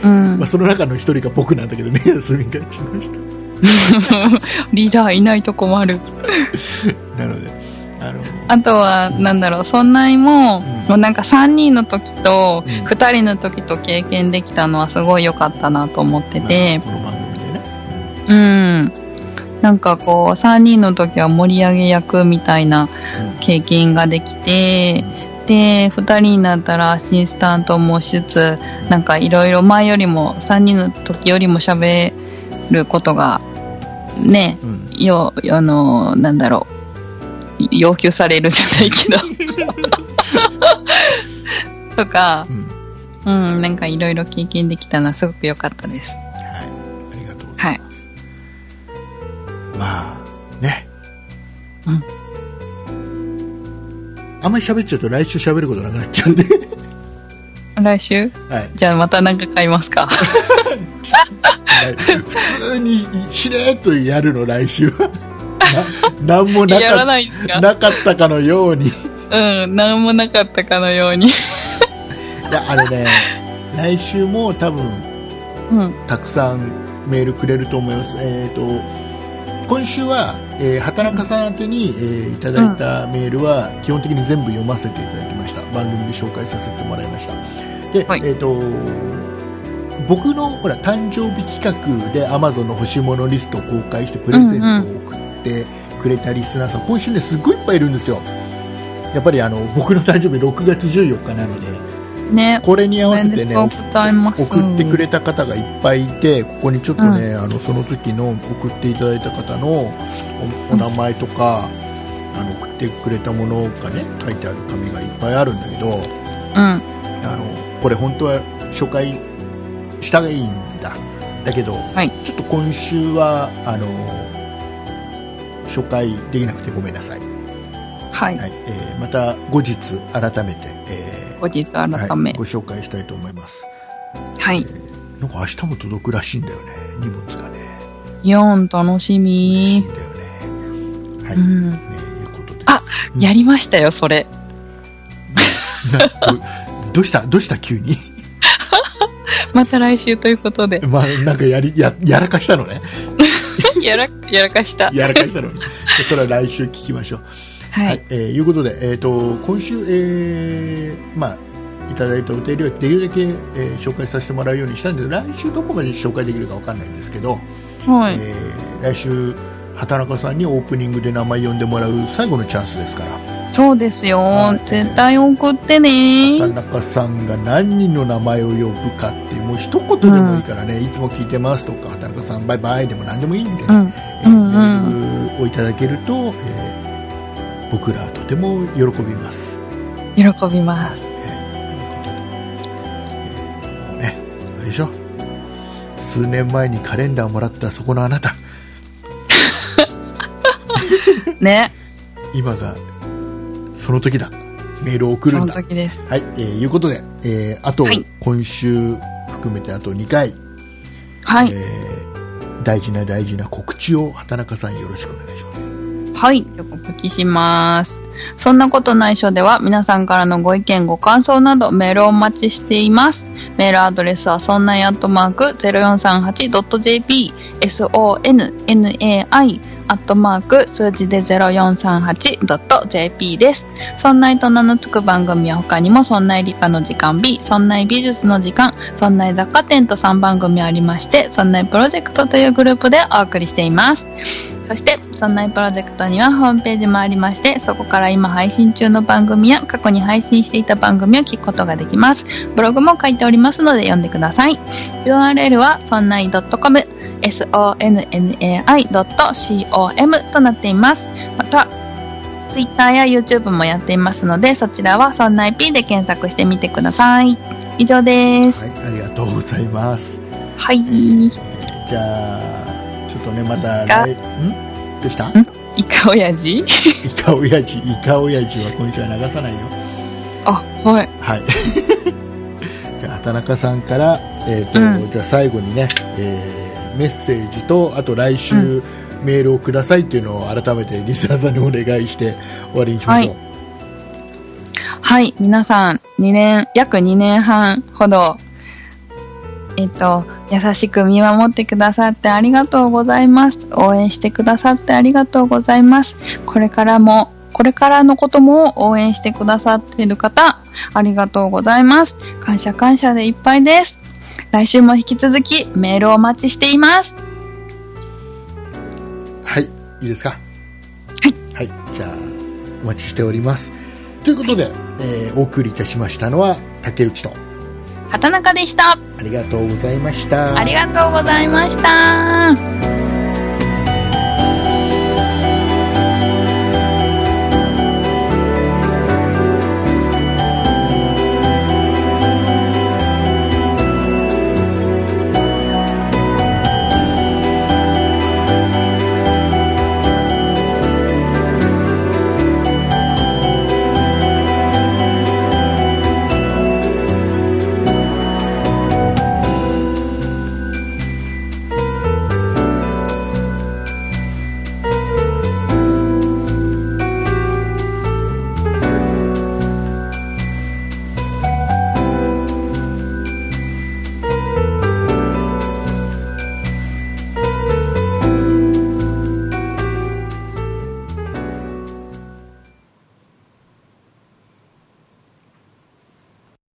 [SPEAKER 1] うん
[SPEAKER 2] まあ、。その中の一人が僕なんだけどね 休みがちの人。
[SPEAKER 1] リーダーいないと困る。
[SPEAKER 2] なので、あの、
[SPEAKER 1] あとは、なんだろう、そんなにも、もうなんか3人の時と、
[SPEAKER 2] うん
[SPEAKER 1] 2人の時と経験できたのはすごい良かったなと思ってて、
[SPEAKER 2] この番組でね、
[SPEAKER 1] うん。なんかこう、3人の時は盛り上げ役みたいな経験ができて、で、2人になったらアシスタントもしつつ、なんかいろいろ前よりも、3人の時よりも喋ることが、ね、
[SPEAKER 2] うん、うん、
[SPEAKER 1] よあのなんだろうい要求されるじゃないけど とかう
[SPEAKER 2] う、ん、
[SPEAKER 1] ん、なんかいろいろ経験できたのはすごく良かったです。
[SPEAKER 2] はい、ありがとうござい
[SPEAKER 1] はい。
[SPEAKER 2] ます。まあ、ね。
[SPEAKER 1] う
[SPEAKER 2] あんまり喋っちゃうと来週喋ることなくなっちゃうんで、
[SPEAKER 1] 来週
[SPEAKER 2] はい。
[SPEAKER 1] じゃあまた何か買いますか
[SPEAKER 2] 普通にしれっとやるの、来週は。 ななんもな
[SPEAKER 1] や
[SPEAKER 2] からっ
[SPEAKER 1] ないです
[SPEAKER 2] た、
[SPEAKER 1] か
[SPEAKER 2] なかったかのように。い
[SPEAKER 1] うん、何もなかったかのように。
[SPEAKER 2] や、あのね、来週も多分、
[SPEAKER 1] うん、
[SPEAKER 2] たくさんメールくれると思います。えっ、と今週は、えー畑中さん宛てに、えーいただいたメールは基本的に全部読ませていただきました。番組で紹介させてもらいました。で、
[SPEAKER 1] はい
[SPEAKER 2] えっ、と僕のほら誕生日企画で Amazon の欲しいものリストを公開してプレゼントを送ってくれたリスナーさん、今週ねすっごいいっぱいいるんですよ。やっぱりあの僕の誕生日6月14日なので、
[SPEAKER 1] ね、
[SPEAKER 2] これに合わせてね、
[SPEAKER 1] おめでとうございます
[SPEAKER 2] 送ってくれた方がいっぱいいて、ここにちょっとね、あのその時の送っていただいた方のおお名前とか、あの送ってくれたものがね、書いてある紙がいっぱいあるんだけど、
[SPEAKER 1] うん、
[SPEAKER 2] あのこれ本当は初回したらいいんだ。だけど、
[SPEAKER 1] い
[SPEAKER 2] ちょっと今週はあの初回できなくてごめんなさい。
[SPEAKER 1] はい。
[SPEAKER 2] はい、えーまた後日改めて。えー
[SPEAKER 1] 後日改
[SPEAKER 2] は
[SPEAKER 1] め
[SPEAKER 2] い、。ご紹介したいと思います
[SPEAKER 1] はい。
[SPEAKER 2] なんか明日も届くらしいんだよね荷物がね
[SPEAKER 1] 4、楽し
[SPEAKER 2] 嬉しい
[SPEAKER 1] み
[SPEAKER 2] ん。だよねはい、
[SPEAKER 1] う
[SPEAKER 2] ね
[SPEAKER 1] ん。
[SPEAKER 2] いうことで
[SPEAKER 1] あやりましたよ、それ。
[SPEAKER 2] などどうしたどうした急に。
[SPEAKER 1] また来週ということで
[SPEAKER 2] まあなんかやりややらかしたのね
[SPEAKER 1] やら、やらかした。
[SPEAKER 2] やらかした のねそれは来週聞きましょう
[SPEAKER 1] は
[SPEAKER 2] はいい。、えーいうことで、えー、と今週、えーまあ、いただいたお便りはできるだけ、えー紹介させてもらうようにしたんで来週どこまで紹介できるかわかんないんですけど、
[SPEAKER 1] はい。
[SPEAKER 2] えー来週畑中さんにオープニングで名前呼んでもらう最後のチャンスですから
[SPEAKER 1] そうですよ、
[SPEAKER 2] はい
[SPEAKER 1] 絶対送って
[SPEAKER 2] 田
[SPEAKER 1] ね
[SPEAKER 2] 中さんが何人の名前を呼ぶかっていうもう一言でもいいからね、いつも聞いてますとか畑中さんバイバイでも何でもいいんで、
[SPEAKER 1] う
[SPEAKER 2] ね
[SPEAKER 1] んうんうん
[SPEAKER 2] えーメールをいただけると、えー僕らとても喜びます。
[SPEAKER 1] 喜びます。
[SPEAKER 2] えーということでえーもうね、あれでしょ数年前にカレンダーもらったそこのあなた、
[SPEAKER 1] ね。
[SPEAKER 2] 今がその時だ。メールを送
[SPEAKER 1] そ
[SPEAKER 2] るん
[SPEAKER 1] の
[SPEAKER 2] だ。
[SPEAKER 1] 時です。
[SPEAKER 2] はい、えーいうことで、えーあと、
[SPEAKER 1] はい
[SPEAKER 2] 今週含めてあと2回、
[SPEAKER 1] はい。
[SPEAKER 2] えー大事な大事な告知を畑中さんよろしくお願いします。
[SPEAKER 1] はい、お告知します。そんなことないしょでは皆さんからのご意見、ご感想などメールをお待ちしています。メールアドレスはそんないアットマーク 0438.jp sonnai アットマーク数字で 0438.jp です。そんないと名の付く番組は他にもそんない理科の時間 B、そんない美術の時間、そんない雑貨店と3番組ありまして、そんないプロジェクトというグループでお送りしています。そして、そんないプロジェクトにはホームページもありまして、そこから今配信中の番組や過去に配信していた番組を聞くことができます。ブログも書いておりますので読んでください。URL はそんない .com、sonnai.com となっています。また、Twitter や YouTube もやっていますので、そちらはそんない P で検索してみてください。以上です。
[SPEAKER 2] はい、ありがとうございます。
[SPEAKER 1] はい。
[SPEAKER 2] じゃあ、ちょっとね、また来、んど うした
[SPEAKER 1] イカオヤジ
[SPEAKER 2] イカオヤジ、イカオヤジは今週は流さないよ。
[SPEAKER 1] あ、はい。
[SPEAKER 2] はい。 じゃあ、畑中さんから、えっ、と、
[SPEAKER 1] うん
[SPEAKER 2] じゃあ最後にね、えーメッセージと、あと来週、
[SPEAKER 1] う
[SPEAKER 2] メールをくださいっていうのを改めてリスナーさんにお願いして終わりにしましょう。
[SPEAKER 1] はい、皆さん、2年、約2年半ほど、えっと、優しく見守ってくださってありがとうございます。応援してくださってありがとうございます。これからも、これからのことも応援してくださっている方、ありがとうございます。感謝感謝でいっぱいです。来週も引き続きメールをお待ちしています。
[SPEAKER 2] はい、いいですか。はい。じゃあ、お待ちしております。ということで、えーお送りいたしましたのは、竹内と、
[SPEAKER 1] 畑中でした。
[SPEAKER 2] ありがとうございました。
[SPEAKER 1] ありがとうございました。